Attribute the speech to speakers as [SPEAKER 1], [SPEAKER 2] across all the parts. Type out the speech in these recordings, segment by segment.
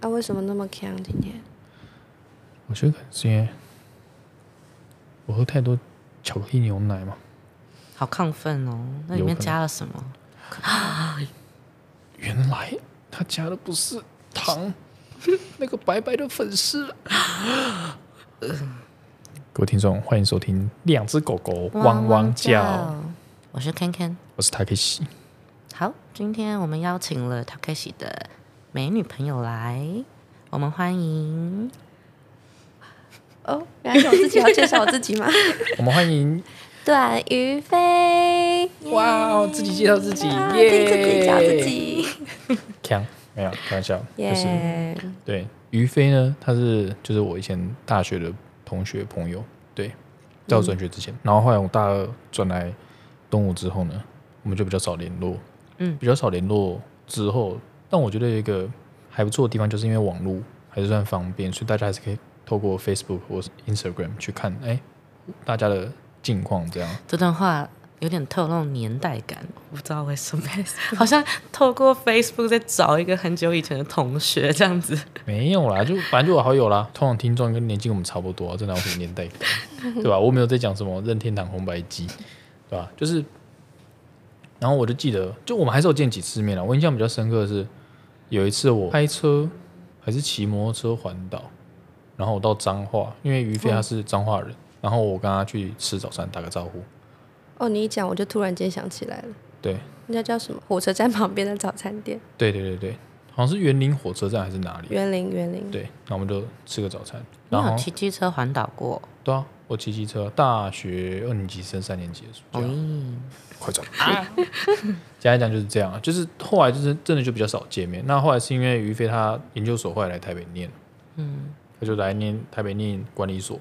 [SPEAKER 1] 啊为什么那么强今天？
[SPEAKER 2] 我觉得可能是因为我喝太多巧克力牛奶嘛，
[SPEAKER 3] 好亢奋哦！那里
[SPEAKER 2] 有
[SPEAKER 3] 面
[SPEAKER 2] 可能
[SPEAKER 3] 加了什么？
[SPEAKER 2] 原来他加的不是糖， 那个白白的粉丝啊。 各位听众，欢迎收听《两只狗狗汪汪叫》，
[SPEAKER 3] 我是 Ken Ken。
[SPEAKER 2] 我是 Takeshi。
[SPEAKER 3] 好，今天我们邀请了 Takeshi 的美女朋友来，我们欢迎
[SPEAKER 1] 哦，原来是我自己要介绍我自己吗？
[SPEAKER 2] 我们欢迎
[SPEAKER 1] 段于飞，
[SPEAKER 2] 哇哦，自己介绍自己，
[SPEAKER 1] 啊
[SPEAKER 2] 耶！
[SPEAKER 1] 第一次自己叫自 己，
[SPEAKER 2] 锵，没有开玩笑，就是
[SPEAKER 1] 耶！
[SPEAKER 2] 对于飞呢，他是就是我以前大学的同学朋友，对，在我转学之前，然后后来我大二转来东吴之后呢，我们就比较少联络，
[SPEAKER 3] 嗯
[SPEAKER 2] 比较少联络之后，但我觉得有一个还不错的地方，就是因为网络还是算方便，所以大家还是可以透过 Facebook 或是 Instagram 去看，哎、大家的近况这样。
[SPEAKER 3] 这段话。有点透露年代感，我不知道为什么，好像透过 Facebook 在找一个很久以前的同学这样子。
[SPEAKER 2] 没有啦，就反正就有好友啦。通常听众跟年纪跟我们差不多、啊，这哪有什么年代感，对吧？我没有在讲什么任天堂红白机，对吧？就是，然后我就记得，就我们还是有见几次面了。我印象比较深刻的是，有一次我开车还是骑摩托车环岛，然后我到彰化，因为于飞他是彰化人，然后我跟他去吃早餐打个招呼，
[SPEAKER 1] 哦，你一讲我就突然间想起来了，
[SPEAKER 2] 对，
[SPEAKER 1] 那家叫什么？火车站旁边的早餐 店，
[SPEAKER 2] 对对对对，好像是园林火车站还是哪里？
[SPEAKER 1] 园林，园林。
[SPEAKER 2] 对，那我们就吃个早餐，
[SPEAKER 3] 你
[SPEAKER 2] 然后
[SPEAKER 3] 有骑机车环岛过？
[SPEAKER 2] 对啊，我骑机车，大学二年级升三年级的暑假，
[SPEAKER 3] 嗯，
[SPEAKER 2] 快转。简 单讲就是这样啊，就是后来就是真的就比较少见面。那后来是因为于飞他研究所后来来台北念，嗯，他就来念台北念管理所，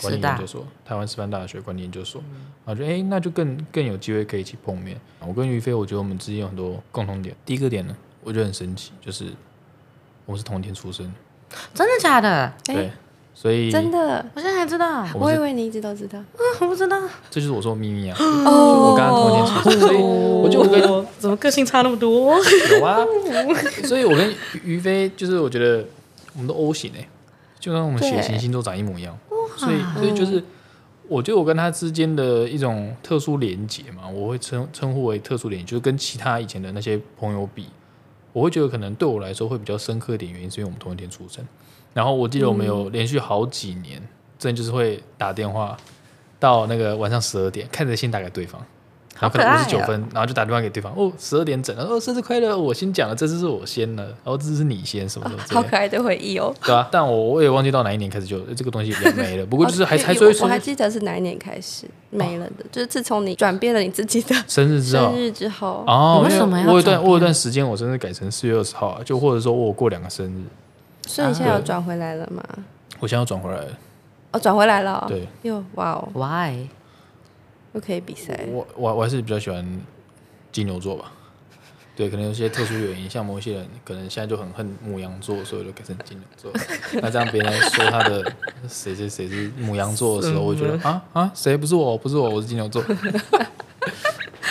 [SPEAKER 2] 管理研
[SPEAKER 3] 师大
[SPEAKER 2] 究所，台湾师范大学管理研究所，然后就哎、诶那就更更有机会可以一起碰面。我跟于飞，我觉得我们之间有很多共同点。第一个点呢，我觉得很神奇，就是我们是同一天出生，
[SPEAKER 3] 真的假的？
[SPEAKER 2] 对
[SPEAKER 1] 哎，，
[SPEAKER 2] 所以
[SPEAKER 1] 真的，
[SPEAKER 3] 我现在才知道，
[SPEAKER 2] 我
[SPEAKER 1] 我
[SPEAKER 2] 们
[SPEAKER 1] 以
[SPEAKER 2] 是
[SPEAKER 1] 为你一直都知道。
[SPEAKER 3] 我不知道。
[SPEAKER 2] 这就是我说的秘密啊。
[SPEAKER 1] 哦
[SPEAKER 2] 我刚刚同年
[SPEAKER 3] 哦
[SPEAKER 2] 出生，所以我就 跟
[SPEAKER 3] 我哦怎么个性差那么多？
[SPEAKER 2] 有啊，所以我跟于飞就是我觉得我们都 O 型哎、就跟我们血型
[SPEAKER 1] 对
[SPEAKER 2] 星座长一模一样，所以所以就是我觉得我跟他之间的一种特殊连结嘛，我会称称呼为特殊连结，就是跟其他以前的那些朋友比，我会觉得可能对我来说会比较深刻一点，原因是因为我们同一天出生，然后我记得
[SPEAKER 3] 嗯
[SPEAKER 2] 我们有连续好几年，真的就是会打电话到那个晚上十二点，看着先打给对方。然后
[SPEAKER 3] 好
[SPEAKER 2] 可
[SPEAKER 3] 可
[SPEAKER 2] 能五
[SPEAKER 3] 爱
[SPEAKER 2] 十九
[SPEAKER 3] 哦
[SPEAKER 2] 分，然后就打电话给对方，哦，十二点整，然后哦，生日快乐，我先讲了，这次是我先了，然后这次是你先，什么什么之
[SPEAKER 1] 啊
[SPEAKER 2] 类
[SPEAKER 1] 好
[SPEAKER 2] 的，
[SPEAKER 1] 可爱的回忆哦！
[SPEAKER 2] 对啊，但我我也忘记到哪一年开始就呃这个东西比较 没了，不过就是还
[SPEAKER 1] 哦
[SPEAKER 2] 还是会
[SPEAKER 1] 我
[SPEAKER 2] 说
[SPEAKER 1] 还记得是哪一年开始没了的，就是自从你转变了你自己的
[SPEAKER 2] 生日之后
[SPEAKER 1] 生，日之后，
[SPEAKER 2] 哦，
[SPEAKER 3] 你为
[SPEAKER 2] 因
[SPEAKER 3] 什么要
[SPEAKER 2] 我有一
[SPEAKER 3] 转
[SPEAKER 2] 段我有一段时间我生日改成四月二十号啊，就或者说我有过两个生日，
[SPEAKER 1] 所以你现在
[SPEAKER 2] 啊
[SPEAKER 1] 有转回来了吗？
[SPEAKER 2] 我现在要转回来了，
[SPEAKER 1] 哦，转回来了哦，
[SPEAKER 2] 对
[SPEAKER 1] 哟，哇哦，
[SPEAKER 3] Why？
[SPEAKER 1] 又可以比赛了，
[SPEAKER 2] 我我我还是比较喜欢金牛座吧。对，可能有些特殊原因，像某些人可能现在就很恨母羊座，所以我就改成金牛座。那这样别人说他的谁谁谁是母羊座的时候，我就觉得啊啊，谁不是我，不是我，我是金牛 座。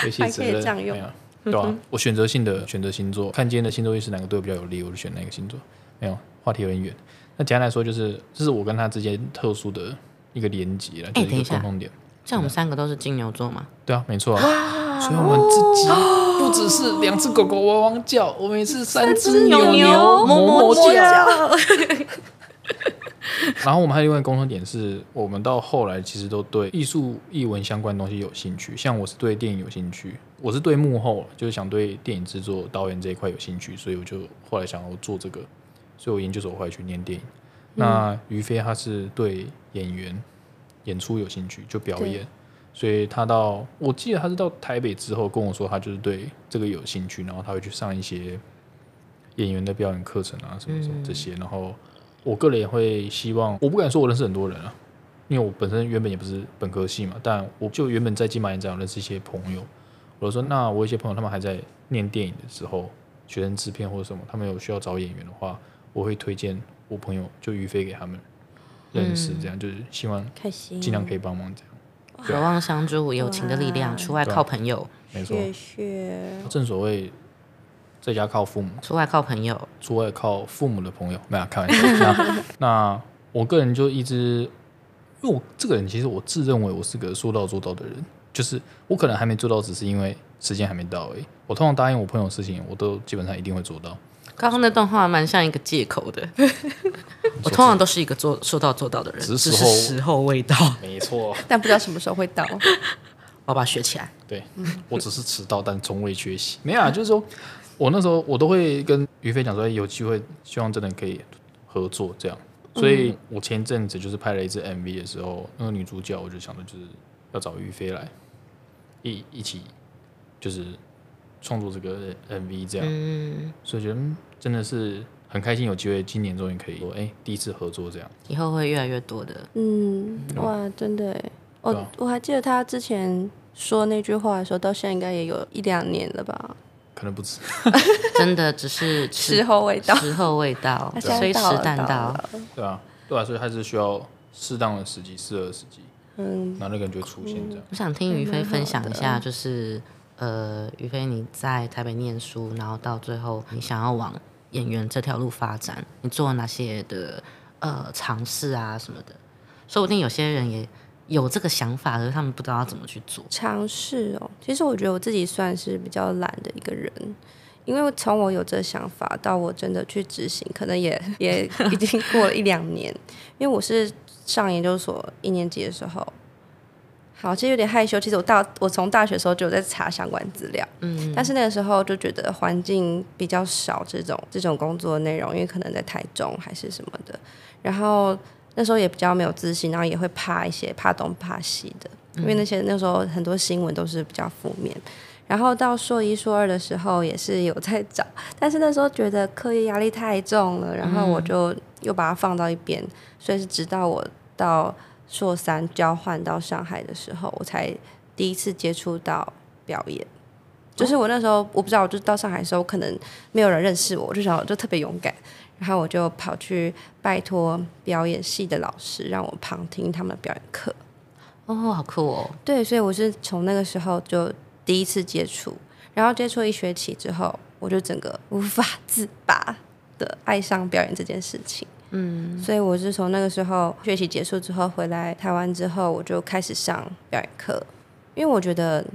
[SPEAKER 2] 有一些责
[SPEAKER 1] 还可以
[SPEAKER 2] 任
[SPEAKER 1] 这样用嗯
[SPEAKER 2] 没有，对吧、我选择性的选择星座，看今天的星座运势哪个对我比较有利，我就选哪个星座。没有，话题有点远。那简单来说，就是这是我跟他之间特殊的一个连接
[SPEAKER 1] 哎
[SPEAKER 2] 了，就是
[SPEAKER 3] 等
[SPEAKER 2] 一
[SPEAKER 3] 一
[SPEAKER 2] 个
[SPEAKER 3] 下
[SPEAKER 2] 共同点。
[SPEAKER 3] 像我们三个都是金牛座嘛，
[SPEAKER 2] 对啊，没错啊。所以我们自己不只是两只狗狗汪汪叫，我们也是三只牛哞哞叫。
[SPEAKER 1] 叫，
[SPEAKER 2] 然后我们还有另外一个共同点是，我们到后来其实都对艺术、艺文相关的东西有兴趣。像我是对电影有兴趣，我是对幕后，就是想对电影制作、导演这一块有兴趣，所以我就后来想要做这个，所以我研究所后来去念电影。那于飞他是对演员演出有兴趣，就表演，所以他到我记得他是到台北之后跟我说，他就是对这个有兴趣，然后他会去上一些演员的表演课程啊，什么什么这些。然后我个人也会希望，我不敢说我认识很多人啊，因为我本身原本也不是本科系嘛，但我就原本在金马影展有认识一些朋友，我就说那我有一些朋友他们还在念电影的时候，学生制片或者什么，他们有需要找演员的话，我会推荐我朋友就于飞给他们认识，这样、就是希望
[SPEAKER 1] 开心，
[SPEAKER 2] 尽量可以帮忙这样，
[SPEAKER 3] 渴望相助，友情的力量，出外靠朋友。
[SPEAKER 2] 没错。
[SPEAKER 1] 学学，
[SPEAKER 2] 正所谓在家靠父母，
[SPEAKER 3] 出外靠朋友，
[SPEAKER 2] 出外靠父母的朋友，没有啊开玩笑。 那那我个人就一直，因为我这个人其实我自认为我是个说到做到的人，就是我可能还没做到，只是因为时间还没到而已。我通常答应我朋友的事情，我都基本上一定会做到。
[SPEAKER 3] 刚刚那段话蛮像一个借口的。我通常都是一个做说到做到的人，
[SPEAKER 2] 只是
[SPEAKER 3] 只是
[SPEAKER 2] 时候
[SPEAKER 3] 时候未到。
[SPEAKER 2] 没错，
[SPEAKER 1] 但不知道什么时候会到。
[SPEAKER 3] 我要把它学起来。
[SPEAKER 2] 对我只是迟到，但从未缺席。没有啊，就是说我那时候我都会跟于飞讲说，哎有机会希望真的可以合作这样。所以我前阵子就是拍了一支 MV 的时候，那个女主角我就想着就是要找于飞来一一起就是创作这个 MV 这样，
[SPEAKER 3] 嗯，
[SPEAKER 2] 所以觉得嗯真的是很开心，有机会今年终于可以说哎、第一次合作这样。
[SPEAKER 3] 以后会越来越多的。
[SPEAKER 1] 嗯，哇，真的耶，我、
[SPEAKER 2] 对啊
[SPEAKER 1] 我还记得他之前说那句话的时候，到现在应该也有一两年了吧，
[SPEAKER 2] 可能不止，
[SPEAKER 3] 真的只是迟
[SPEAKER 1] 时候未到，
[SPEAKER 3] 时候未到，
[SPEAKER 1] 他现在
[SPEAKER 3] 虽时
[SPEAKER 1] 到了
[SPEAKER 3] 但
[SPEAKER 1] 到
[SPEAKER 3] 到。
[SPEAKER 1] 了，
[SPEAKER 2] 对啊，对啊，所以还是需要适当的时机，适合的时机，
[SPEAKER 1] 嗯，
[SPEAKER 2] 然后那个人就会出现这样。
[SPEAKER 3] 我想听于飞分享一下，就是呃，于飞你在台北念书，然后到最后你想要往演员这条路发展，你做了哪些的呃尝试啊什么的？说不定有些人也有这个想法，可是他们不知道要怎么去做。
[SPEAKER 1] 尝试哦。其实我觉得我自己算是比较懒的一个人，因为从我有这想法到我真的去执行，可能也也已经 过了一两年。因为我是上研究所一年级的时候，好，其实有点害羞。其实我大我从大学的时候就有在查相关资料，嗯，但是那个时候就觉得环境比较少这种这种工作内容，因为可能在台中还是什么的，然后。那时候也比较没有自信，然后也会怕一些怕东怕西的，因为那些那时候很多新闻都是比较负面。然后到硕一、硕二的时候也是有在找，但是那时候觉得课业压力太重了，然后我就又把它放到一边，所以是直到我到硕三交换到上海的时候，我才第一次接触到表演。就是我那时候我不知道，我就到上海的时候，可能没有人认识我，我就想我就特别勇敢，然后我就跑去拜托表演系的老师让我旁听他们表演课，
[SPEAKER 3] 哦，好酷哦！
[SPEAKER 1] 对，所以我是从那个时候就第一次接触，然后接触一学期之后，我就整个无法 自拔的爱上表演这件事情。嗯，所以我是从那个时候学习结束之后回来台湾之后，我就开始上表演课，因为我觉得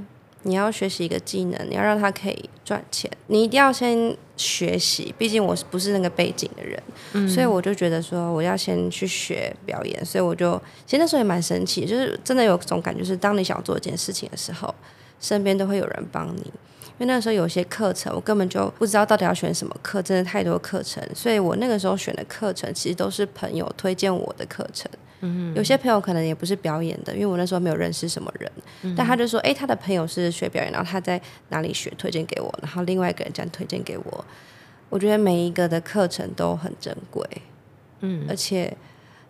[SPEAKER 1] 你要学习一个技能，你要让它可以赚钱，你一定要先学习，毕竟我是不是那个背景的人，所以我就觉得说我要先去学表演，所以我就其实那时候也蛮神奇，就是真的有种感觉，是当你想做一件事情的时候，身边都会有人帮你。因为那时候有些课程我根本就不知道到底要选什么课，真的太多课程，所以我那个时候选的课程其实都是朋友推荐我的课程。嗯，有些朋友可能也不是表演的，因为我那时候没有认识什么人，但他就说，诶，他的朋友是学表演，然后他在哪里学，推荐给我，然后另外一个人这样推荐给我。我觉得每一个的课程都很珍贵，嗯，而且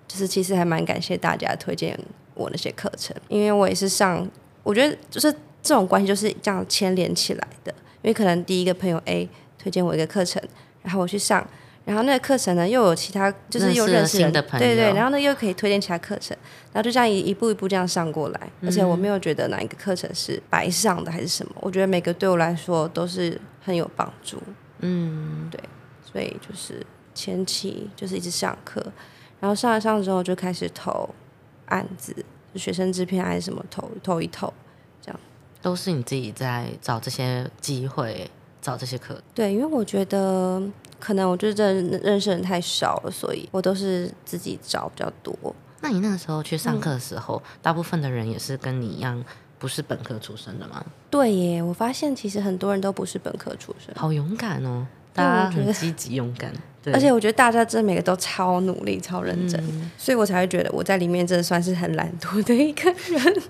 [SPEAKER 1] 就是其实还蛮感谢大家推荐我那些课程，因为我也是上，我觉得就是这种关系就是这样牵连起来的。因为可能第一个朋友 A 推荐我一个课程，然后我去上，然后那个课程呢又有其他，就是又认识
[SPEAKER 3] 认识了
[SPEAKER 1] 人
[SPEAKER 3] 新的朋友
[SPEAKER 1] 对对，然后呢又可以推荐其他课程，然后就这样一一步一步这样上过来。
[SPEAKER 3] 嗯
[SPEAKER 1] 而且我没有觉得哪一个课程是白上的还是什么，我觉得每个对我来说都是很有帮助。嗯，对，所以就是前期就是一直上课，然后上了上之后就开始投案子，就学生制片还是什么投投一投。
[SPEAKER 3] 都是你自己在找这些机会，找这些课。
[SPEAKER 1] 对，因为我觉得可能我就是真的认识人太少了，所以我都是自己找比较多。
[SPEAKER 3] 那你那个时候去上课的时候，
[SPEAKER 1] 嗯
[SPEAKER 3] 大部分的人也是跟你一样，不是本科出身的吗？
[SPEAKER 1] 对耶，我发现其实很多人都不是本科出身，
[SPEAKER 3] 好勇敢哦，
[SPEAKER 1] 对
[SPEAKER 3] 大家
[SPEAKER 1] 我觉得
[SPEAKER 3] 很积极勇 敢，对，嗯
[SPEAKER 1] 而且我觉得大家真的每个都超努力、超认真，所以我才会觉得我在里面真的算是很懒惰的一个人。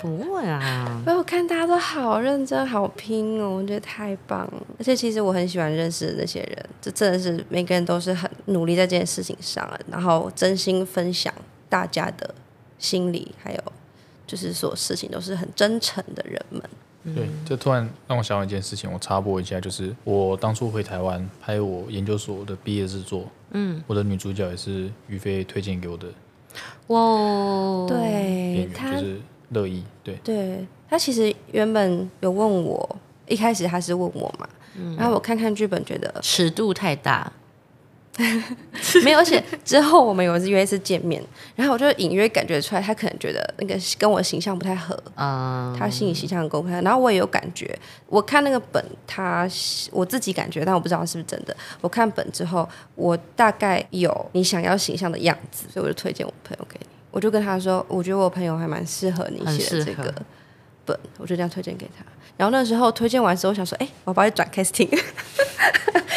[SPEAKER 3] 不会啊，
[SPEAKER 1] 所以我看大家都好认真、好拼哦，我觉得太棒了。而且其实我很喜欢认识的那些人，这真的是每个人都是很努力在这件事情上，然后真心分享大家的心理，还有就是所有事情都是很真诚的人们。
[SPEAKER 2] 对，这突然让我想到一件事情，我插播一下，就是我当初回台湾拍我研究所的毕业制作，嗯，我的女主角也是于飞推荐给我的
[SPEAKER 3] 哇哦，
[SPEAKER 1] 对
[SPEAKER 2] 演员，
[SPEAKER 1] 他
[SPEAKER 2] 嗯就是乐意，对，
[SPEAKER 1] 对他其实原本有问我，一开始他是问我嘛，
[SPEAKER 2] 嗯
[SPEAKER 1] 然后我看看剧本，觉 得
[SPEAKER 3] 尺度太大，
[SPEAKER 1] 没有，而且之后我们有一次约一次见面，然后我就隐约感觉出来，他可能觉得那个跟我形象不太合，
[SPEAKER 3] 嗯，
[SPEAKER 1] 他心理形象公开，然后我也有感觉，我看那个本，他我自己感觉，但我不知道是不是真的。我看本之后，我大概有你想要形象的样子，所以我就推荐我朋友给你。我就跟他说，我觉得我朋友还蛮适合你
[SPEAKER 2] 啊
[SPEAKER 3] 很
[SPEAKER 1] 写的
[SPEAKER 3] 适
[SPEAKER 1] 这
[SPEAKER 3] 合
[SPEAKER 1] 个本，我就这样推荐给他。然后那时候推荐完之后，我想说，哎、我要不要去转 casting？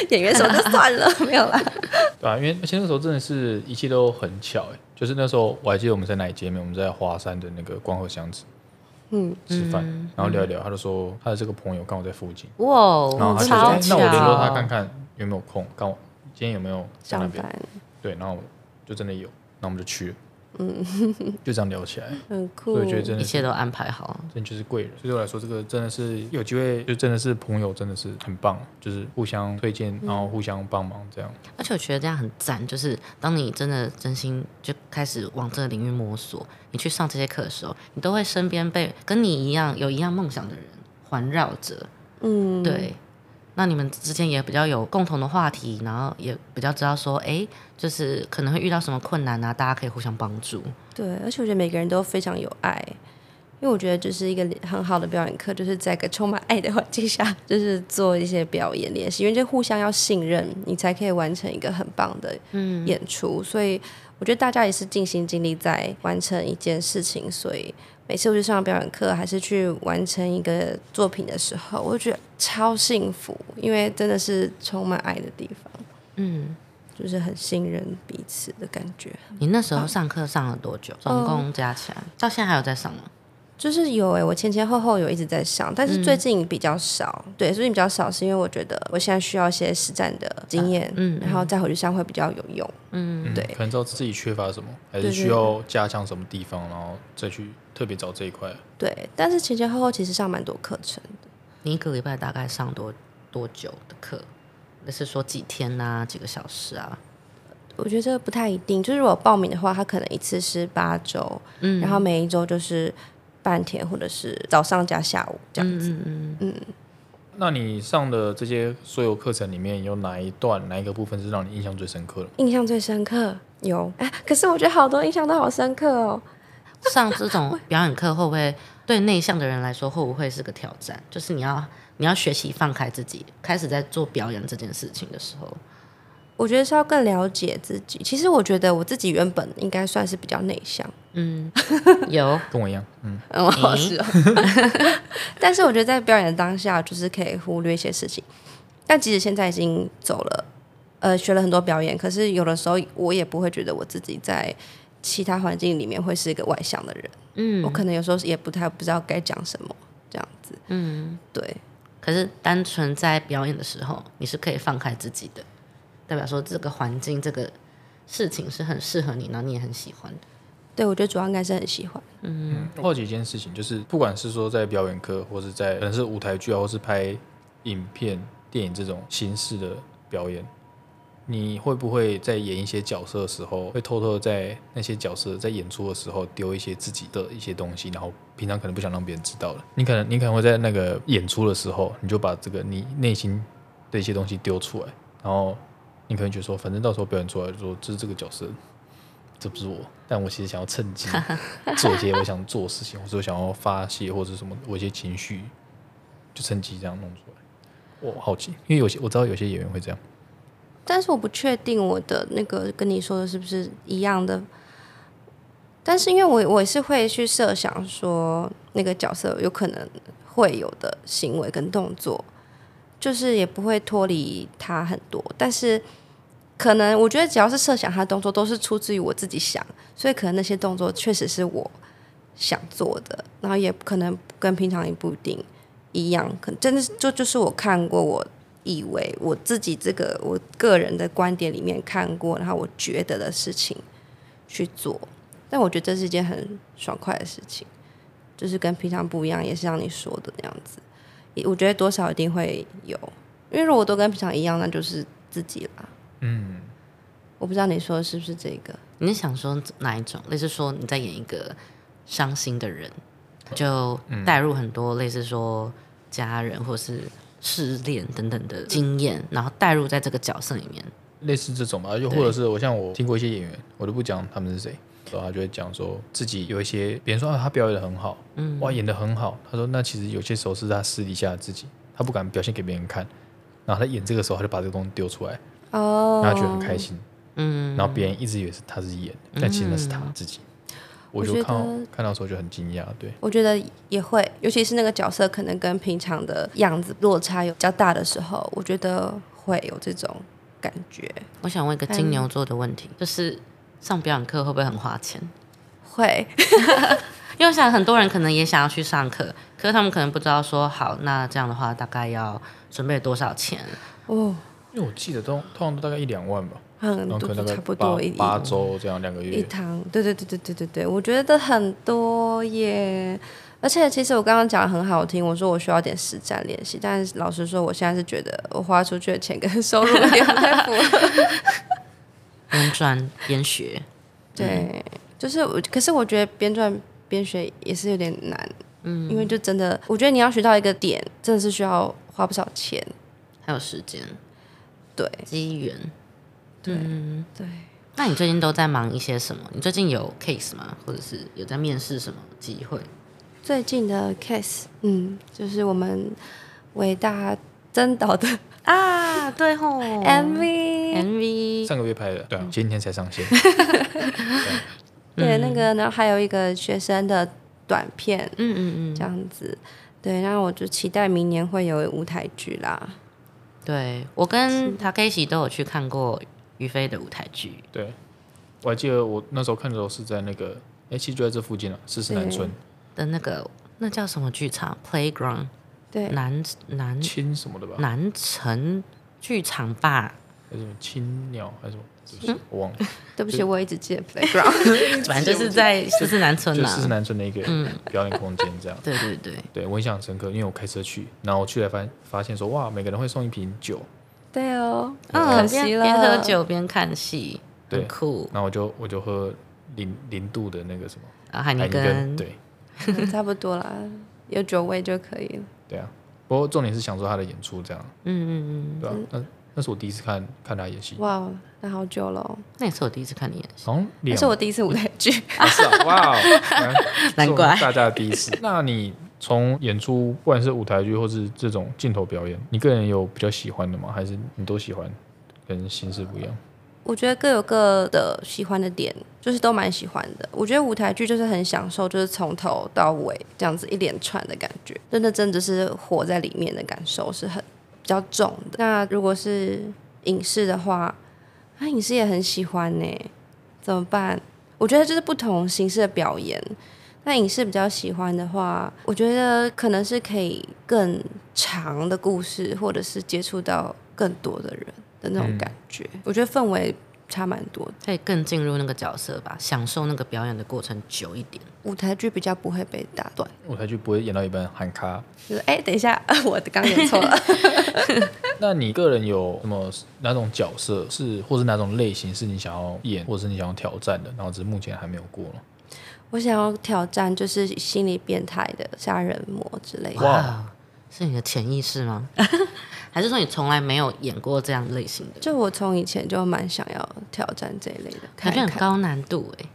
[SPEAKER 1] 演员什么就算了，没有啦。
[SPEAKER 2] 对啊，因为而且那时候真的是一切都很巧、欸，就是那时候我还记得我们在哪里见面，我们在华山的那个光和巷子，嗯，吃饭，然后聊一聊，他就说他的这个朋友刚好在附近，
[SPEAKER 3] 哇哦，
[SPEAKER 2] 然后他就说、
[SPEAKER 3] 超
[SPEAKER 2] 哎那
[SPEAKER 3] 巧，
[SPEAKER 2] 我联络他看看有没有空，看我今天有没有 在那
[SPEAKER 1] 上
[SPEAKER 2] 边，
[SPEAKER 1] 班
[SPEAKER 2] 对，然后就真的有，然后我们就去了，嗯， 就这样聊起来，
[SPEAKER 1] 很酷
[SPEAKER 2] 所以我，觉得真
[SPEAKER 3] 一
[SPEAKER 2] 的是
[SPEAKER 3] 切都安排好了，
[SPEAKER 2] 真就是贵人，所以对我来说，这个真的是有机会，就真的是朋友，真的是很棒，就是互相推荐，
[SPEAKER 1] 嗯
[SPEAKER 2] 然后互相帮忙这样。嗯
[SPEAKER 3] 而且我觉得这样很赞，就是当你真的真心就开始往这个领域摸索，你去上这些课的时候，你都会身边被跟你一样有一样梦想的人环绕着，
[SPEAKER 1] 嗯，
[SPEAKER 3] 对。那你们之间也比较有共同的话题，然后也比较知道说，哎，就是可能会遇到什么困难啊，大家可以互相帮助。
[SPEAKER 1] 对，而且我觉得每个人都非常有爱，因为我觉得这是一个很好的表演课，就是在一个充满爱的环境下， 就是做一些表演练习，因为就互相要信任，你才可以完成一个很棒的演出。所以我觉得大家也是尽心尽力在完成一件事情，所以。每次我去上表演课，还是去完成一个作品的时候，我就觉得超幸福，因为真的是充满爱的地方，
[SPEAKER 3] 嗯，
[SPEAKER 1] 就是很信任彼此的感觉。
[SPEAKER 3] 你那时候上课上了多久？总共加起来，到现在还有在上吗？
[SPEAKER 1] 就是有诶、我前前后后有一直在上，但
[SPEAKER 3] 嗯
[SPEAKER 1] 是最近比较少。对，最近比较少是因为我觉得我现在需要一些实战的经验，
[SPEAKER 3] 嗯嗯
[SPEAKER 1] 然后再回去上会比较有用。
[SPEAKER 2] 嗯，
[SPEAKER 1] 对
[SPEAKER 2] 可能知道自己缺乏什么，还
[SPEAKER 1] 对
[SPEAKER 2] 是
[SPEAKER 1] 对
[SPEAKER 2] 需要加强什么地方，然后再去特别找这一块。
[SPEAKER 1] 对，但是前前后后其实上蛮多课程的，
[SPEAKER 3] 你一个礼拜大概上多多久的课？那是说几天啊，几个小时啊？
[SPEAKER 1] 我觉得这个不太一定。就是如果报名的话，它可能一次是八周，
[SPEAKER 3] 嗯
[SPEAKER 1] 然后每一周就是半天或者是早上加下午这样子。
[SPEAKER 3] 嗯嗯
[SPEAKER 2] 那你上的这些所有课程里面，有哪一段、哪一个部分是让你印象最深刻的？
[SPEAKER 1] 印象最深刻有 哎、可是我觉得好多印象都好深刻哦。
[SPEAKER 3] 嗯，上这种表演课会不会对内向的人来说会不会是个挑战？就是你要你要学习放开自己，开始在做表演这件事情的时候，
[SPEAKER 1] 我觉得是要更了解自己。其实我觉得我自己原本应该算是比较内向。
[SPEAKER 3] 嗯，有
[SPEAKER 2] 跟我一样，嗯，
[SPEAKER 1] 嗯，我是哦。 但是我觉得在表演的当下，就是可以忽略一些事情。但即使现在已经走了，呃，学了很多表演，可是有的时候我也不会觉得我自己在其他环境里面会是一个外向的人。
[SPEAKER 3] 嗯
[SPEAKER 1] 我，可能有时候也不太不知道该讲什么，这样子。嗯，对，
[SPEAKER 3] 可是单纯在表演的时候，你是可以放开自己的，代表说这个环境这个事情是很适合你，然后你也很喜欢。
[SPEAKER 1] 对我觉得主要应该是很喜欢。
[SPEAKER 2] 好奇一件事情，就是不管是说在表演课，或是在可能是舞台剧啊，或是拍影片、电影这种形式的表演，你会不会在演一些角色的时候，会偷偷的在那些角色在演出的时候丢一些自己的一些东西，然后平常可能不想让别人知道的？你可能你可能会在那个演出的时候，你就把这个你内心的一些东西丢出来，然后你可能觉得说，反正到时候表演出来就说这是这个角色。这不是我，但我其实想要趁机做一些我想做的事情，或者我想要发泄或者什么，我一些情绪就趁机这样弄出来。我好奇，因为有些我知道有些演员会这样，
[SPEAKER 1] 但是我不确定我的那个跟你说的是不是一样的。但是因为我我是会去设想说那个角色有可能会有的行为跟动作，就是也不会脱离他很多，但是可能我觉得只要是设想他的动作，都是出自于我自己想，所以可能那些动作确实是我想做的，然后也可能跟平常也不一定一样，可能真的是就就是我看过我以为我自己这个我个人的观点里面看过，然后我觉得的事情去做。但我觉得这是一件很爽快的事情，就是跟平常不一样，也是像你说的那样子。也我觉得多少一定会有，因为如果都跟平常一样，那就是自己啦。
[SPEAKER 2] 嗯，
[SPEAKER 1] 我不知道你说的是不是这个？
[SPEAKER 3] 你是想说哪一种？类似说你在演一个伤心的人，就带入很多类似说家人或是试炼等等的经验，然后带入在这个角色里面。
[SPEAKER 2] 类似这种吧，又或者是我像我听过一些演员，我就不讲他们是谁，然后他就会讲说自己有一些，别人说啊他表演的很好，嗯，哇演的很好，他说那其实有些时候是他私底下的自己，他不敢表现给别人看，然后他演这个时候他就把这个东西丢出来，
[SPEAKER 1] 哦，
[SPEAKER 2] 然后他觉得很开心，
[SPEAKER 3] 嗯，
[SPEAKER 2] 然后别人一直以为是他是演，但其实那是他自己，我就
[SPEAKER 1] 我觉
[SPEAKER 2] 看到
[SPEAKER 1] 得
[SPEAKER 2] 看到的时候就很惊讶，对，
[SPEAKER 1] 我觉得也会，尤其是那个角色可能跟平常的样子落差有比较大的时候，我觉得会有这种感觉，
[SPEAKER 3] 我想问一个金牛座的问题，就是上表演课会不会很花钱？
[SPEAKER 1] 会
[SPEAKER 3] 因为我想很多人可能也想要去上课，可是他们可能不知道说，好，那这样的话大概要准备多少钱？
[SPEAKER 1] 哦，
[SPEAKER 2] 因为我记得通通常都大概一两万吧，
[SPEAKER 1] 很
[SPEAKER 2] 然后可
[SPEAKER 1] 多
[SPEAKER 2] 能大
[SPEAKER 1] 差
[SPEAKER 2] 概
[SPEAKER 1] 不
[SPEAKER 2] 八
[SPEAKER 1] 多一一
[SPEAKER 2] 八周这样两个
[SPEAKER 1] 一
[SPEAKER 2] 月，
[SPEAKER 1] 堂，对对对对对对对，我觉得很多耶。而且其实我刚刚讲的很好听，我说我需要点实战练习，但是老实说，我现在是觉得我花出去的钱跟 收入有点不太符合。
[SPEAKER 3] 边赚边学，
[SPEAKER 1] 对，就是我，可是我觉得边赚边学也是有点难，嗯，因为就真的，我觉得你要学到一个点，真的是需要花不少钱，
[SPEAKER 3] 还有时间
[SPEAKER 1] 对
[SPEAKER 3] 机缘。
[SPEAKER 1] 对。
[SPEAKER 3] 那你最近都在忙一些什么？你最近有 case 吗？或者是有在面试什么机会？
[SPEAKER 1] 最近的 case，嗯，就是我们伟大曾导的
[SPEAKER 3] 啊，对吼
[SPEAKER 1] MV，、
[SPEAKER 3] MV
[SPEAKER 2] 上个月拍的，对啊，今天才上线，
[SPEAKER 1] 对那个，然后还有一个学生的短片
[SPEAKER 3] 嗯嗯嗯，
[SPEAKER 1] 这样子，对，然后我就期待明年会有舞台剧啦，
[SPEAKER 3] 对我跟 Takeshi 都有去看过于飞的舞台剧，
[SPEAKER 2] 对，我还记得我那时候看的时候是在那个，哎，其实就在这附近了，四十南村
[SPEAKER 3] 的那个那叫什么剧场 Playground
[SPEAKER 1] 对，
[SPEAKER 3] 南南
[SPEAKER 2] 青什么的吧，
[SPEAKER 3] 南城剧场吧，
[SPEAKER 2] 还是什么青鸟还是什么，对不起我忘了，
[SPEAKER 1] 对不起，我一直记得
[SPEAKER 3] 啊
[SPEAKER 1] playground，
[SPEAKER 3] 反正就是在四四南村
[SPEAKER 2] 就
[SPEAKER 3] 啦、
[SPEAKER 2] 四十南村的一个表演空间这样。
[SPEAKER 3] 对对对，
[SPEAKER 2] 对，我印象很深刻，因为我开车去，然后我去了发发现说，哇，每个人会送一瓶酒，
[SPEAKER 1] 对哦，可
[SPEAKER 3] 嗯，
[SPEAKER 1] 惜
[SPEAKER 3] 边
[SPEAKER 1] 了，
[SPEAKER 3] 边喝， 酒边看戏，
[SPEAKER 2] 对
[SPEAKER 3] 很酷。
[SPEAKER 2] 然后我就我就喝零零度的那个什么
[SPEAKER 3] 然后海
[SPEAKER 2] 海
[SPEAKER 3] 尼
[SPEAKER 2] 尼根，
[SPEAKER 3] 根，
[SPEAKER 2] 对
[SPEAKER 1] 嗯差不多啦，有酒味就可以了。
[SPEAKER 2] 对啊。不过重点是享受他的演出这样，
[SPEAKER 3] 嗯嗯嗯，
[SPEAKER 2] 对啊，那那是我第一次看看他演戏，
[SPEAKER 1] 哇，那好久了哦，
[SPEAKER 3] 那也是我第一次看你演戏，
[SPEAKER 2] 好像
[SPEAKER 1] 那
[SPEAKER 2] 两
[SPEAKER 1] 是我第一次舞台剧。
[SPEAKER 2] 啊是啊，哇哦，难
[SPEAKER 3] 难怪
[SPEAKER 2] 是我们大家的第一次。那你从演出，不管是舞台剧或是这种镜头表演，你个人有比较喜欢的吗？还是你都喜欢？跟形式不一样，
[SPEAKER 1] 我觉得各有各的喜欢的点，就是都蛮喜欢的。我觉得舞台剧就是很享受，就是从头到尾这样子一连串的感觉，真的真的是活在里面的感受是很比较重的。那如果是影视的话，啊，影视也很喜欢呢、怎么办？我觉得就是不同形式的表演。那影视比较喜欢的话，我觉得可能是可以更长的故事，或者是接触到更多的人的那种感觉。我觉得氛围差蛮多的，
[SPEAKER 3] 可以更进入那个角色吧，享受那个表演的过程久一点。
[SPEAKER 1] 舞台剧比较不会被打 断。
[SPEAKER 2] 舞台剧不会演到一半喊卡。
[SPEAKER 1] 就是哎、等一下，我刚演错了。
[SPEAKER 2] 那你个人有什么哪种角色是，或是哪种类型是你想要演，或者是你想要挑战的，然后只是目前还没有过呢？
[SPEAKER 1] 我想要挑战就是心理变态的杀人魔之类的。
[SPEAKER 2] 哇
[SPEAKER 3] 哇，是你的潜意识 吗？还是说你从来没有演过这样类型的？
[SPEAKER 1] 就我从以前就蛮想要挑战这一类的，看
[SPEAKER 3] 感
[SPEAKER 1] 一看
[SPEAKER 3] 觉很高难度哎、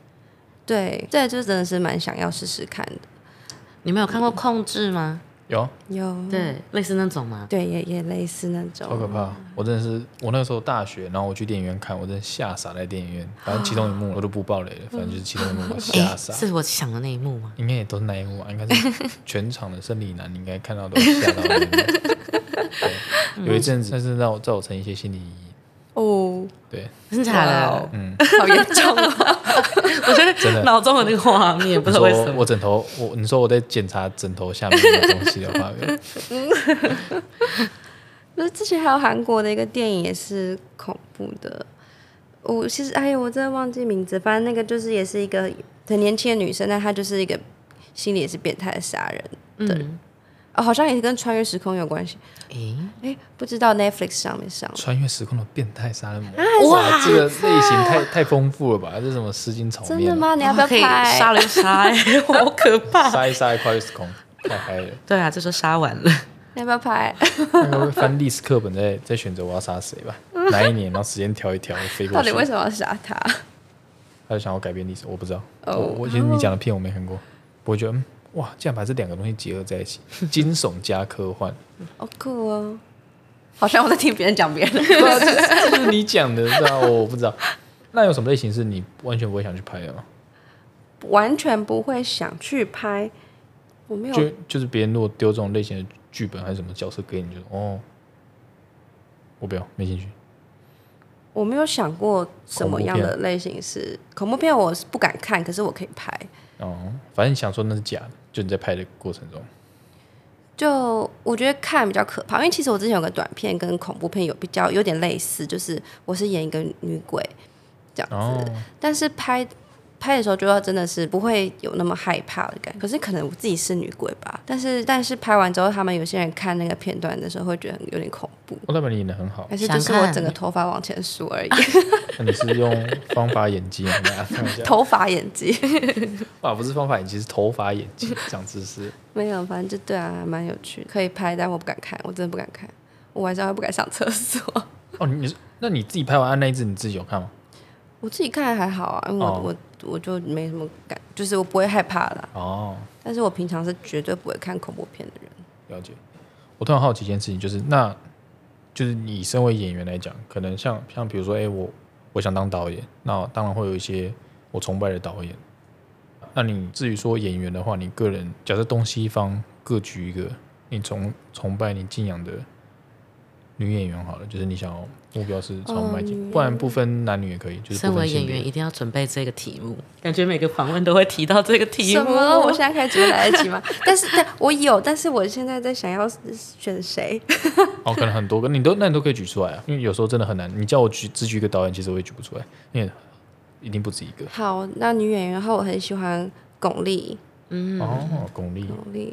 [SPEAKER 1] 对，这就真的是蛮想要试试看的。
[SPEAKER 3] 你没有看过《控制》吗？
[SPEAKER 2] 有啊，
[SPEAKER 1] 有
[SPEAKER 3] 对，类似那种吗？
[SPEAKER 1] 对，也也类似那
[SPEAKER 2] 好可
[SPEAKER 1] 种。
[SPEAKER 2] 怕！我真的是，我那时候大学，然后我去电影院看，我真的吓傻在电影院。反正其中一幕我都不爆雷了，反正就是其中一幕我吓傻。
[SPEAKER 3] 哎是我想的那一幕吗？
[SPEAKER 2] 应该也都是那一幕吧，应该是全场的生理男应该看到都吓到那一幕。对有一阵子，但是让我造成一些心理阴影。
[SPEAKER 1] 哦，
[SPEAKER 2] 对，
[SPEAKER 3] 真假
[SPEAKER 1] 哇哦
[SPEAKER 3] 的？
[SPEAKER 2] 嗯，
[SPEAKER 1] 好严重哦！
[SPEAKER 3] 我觉
[SPEAKER 2] 真
[SPEAKER 3] 得
[SPEAKER 2] 的
[SPEAKER 3] 脑中有那个画面，不
[SPEAKER 2] 你
[SPEAKER 3] 知道为什
[SPEAKER 2] 说
[SPEAKER 3] 么。
[SPEAKER 2] 我枕头，我你说我在检查枕头下面的东西的话，
[SPEAKER 1] 不是之前还有韩国的一个电影也是恐怖的，我其实哎呀，我真的忘记名字，反正那个就是也是一个很年轻的女生，但她就是一个心里也是变态的杀人
[SPEAKER 3] 嗯，
[SPEAKER 1] 哦，好像也是跟穿越时空有关系。
[SPEAKER 3] 诶，
[SPEAKER 1] 哎，不知道 Netflix 上面上了，
[SPEAKER 2] 穿越时空的变态杀人魔，
[SPEAKER 1] 啊
[SPEAKER 2] 哇，这个类型太太丰富了吧？这是什么丝巾炒
[SPEAKER 1] 真
[SPEAKER 2] 面
[SPEAKER 1] 的
[SPEAKER 2] 啊？
[SPEAKER 1] 吗？你要不要
[SPEAKER 3] 哦可以
[SPEAKER 1] 拍？
[SPEAKER 3] 杀了又 杀、欸，好可怕。
[SPEAKER 2] 杀一杀一跨越时空，太嗨了！
[SPEAKER 3] 对啊，这就杀完了。
[SPEAKER 1] 要不要拍？
[SPEAKER 2] 那个会翻历史课本再再选择我要杀谁 吧，哪一年，然后时间调一调飞过
[SPEAKER 1] 到
[SPEAKER 2] 去
[SPEAKER 1] 底。为什么要杀他？
[SPEAKER 2] 他就想要改变历史，我不知道。
[SPEAKER 1] 哦
[SPEAKER 2] 我我其实你讲的片我没看过，我觉得嗯哇，竟然把这两个东西结合在一起，惊悚加科幻，
[SPEAKER 1] 好酷哦！好像我在听别人讲别人，
[SPEAKER 2] 这是你讲的，知道我不知道。那有什么类型是你完全不会想去拍的吗？
[SPEAKER 1] 完全不会想去拍。我没有
[SPEAKER 2] 就就是别人如果丢这种类型的剧本还是什么角色给你，你就哦，我不要，没兴趣。
[SPEAKER 1] 我没有想过什么样
[SPEAKER 2] 恐
[SPEAKER 1] 的类型是恐怖片，我是不敢看，可是我可以拍。
[SPEAKER 2] 哦，反正你想说那是假的，就你在拍的过程中，
[SPEAKER 1] 就我觉得看比较可怕，因为其实我之前有个短片跟恐怖片有比较有点类似，就是我是演一个女鬼这样子，
[SPEAKER 2] 哦，
[SPEAKER 1] 但是拍拍的时候就要真的是不会有那么害怕的感觉。可是可能我自己是女鬼吧，但是但是拍完之后，他们有些人看那个片段的时候会觉得有点恐怖，
[SPEAKER 2] 我代表你演的很好，
[SPEAKER 1] 还是就是
[SPEAKER 3] 想
[SPEAKER 1] 我
[SPEAKER 3] 看
[SPEAKER 1] 整个头发往前梳而已，
[SPEAKER 2] 那你是用方法演 技，你来看一下，
[SPEAKER 1] 头发演技。
[SPEAKER 2] 啊，不是方法演技，是头发演技，长知识。
[SPEAKER 1] 没有，反正就对啊，还蛮有趣，可以拍，但我不敢看，我真的不敢看，我晚上还不敢上厕所。
[SPEAKER 2] 哦，你你是那你自己拍完按那一支，你自己有看吗？
[SPEAKER 1] 我自己看还好啊，因为我、
[SPEAKER 2] 哦
[SPEAKER 1] 我我就没什么感，就是我不会害怕啦。
[SPEAKER 2] 哦，
[SPEAKER 1] 但是我平常是绝对不会看恐怖片的人。
[SPEAKER 2] 了解。我突然好奇一件事情，就是那，就是你身为演员来讲，可能像像比如说，哎、我我想当导演，那当然会有一些我崇拜的导演。那你至于说演员的话，你个人假设东西方各举一个你崇崇拜、你敬仰的女演员好了，就是你想要目标是朝
[SPEAKER 3] 哦
[SPEAKER 2] 迈进，不然不分男女也可以，就是
[SPEAKER 3] 身
[SPEAKER 2] 不分
[SPEAKER 3] 为
[SPEAKER 2] 性
[SPEAKER 3] 演
[SPEAKER 2] 别
[SPEAKER 3] 员，一定要准备这个题目，感觉每个访问都会提到这个题
[SPEAKER 1] 什
[SPEAKER 3] 目。
[SPEAKER 1] 么？我现在开始觉得来得 及吗？但是但我有，但是我现在在想要选谁？
[SPEAKER 2] 哦，可能很多个，你都那你都可以举出来啊，因为有时候真的很难。你叫我举只举一个导演，其实我也举不出来，因为一定不止一个。
[SPEAKER 1] 好，那女演员的话，我很喜欢巩俐，
[SPEAKER 2] 哦，巩俐，
[SPEAKER 1] 巩俐，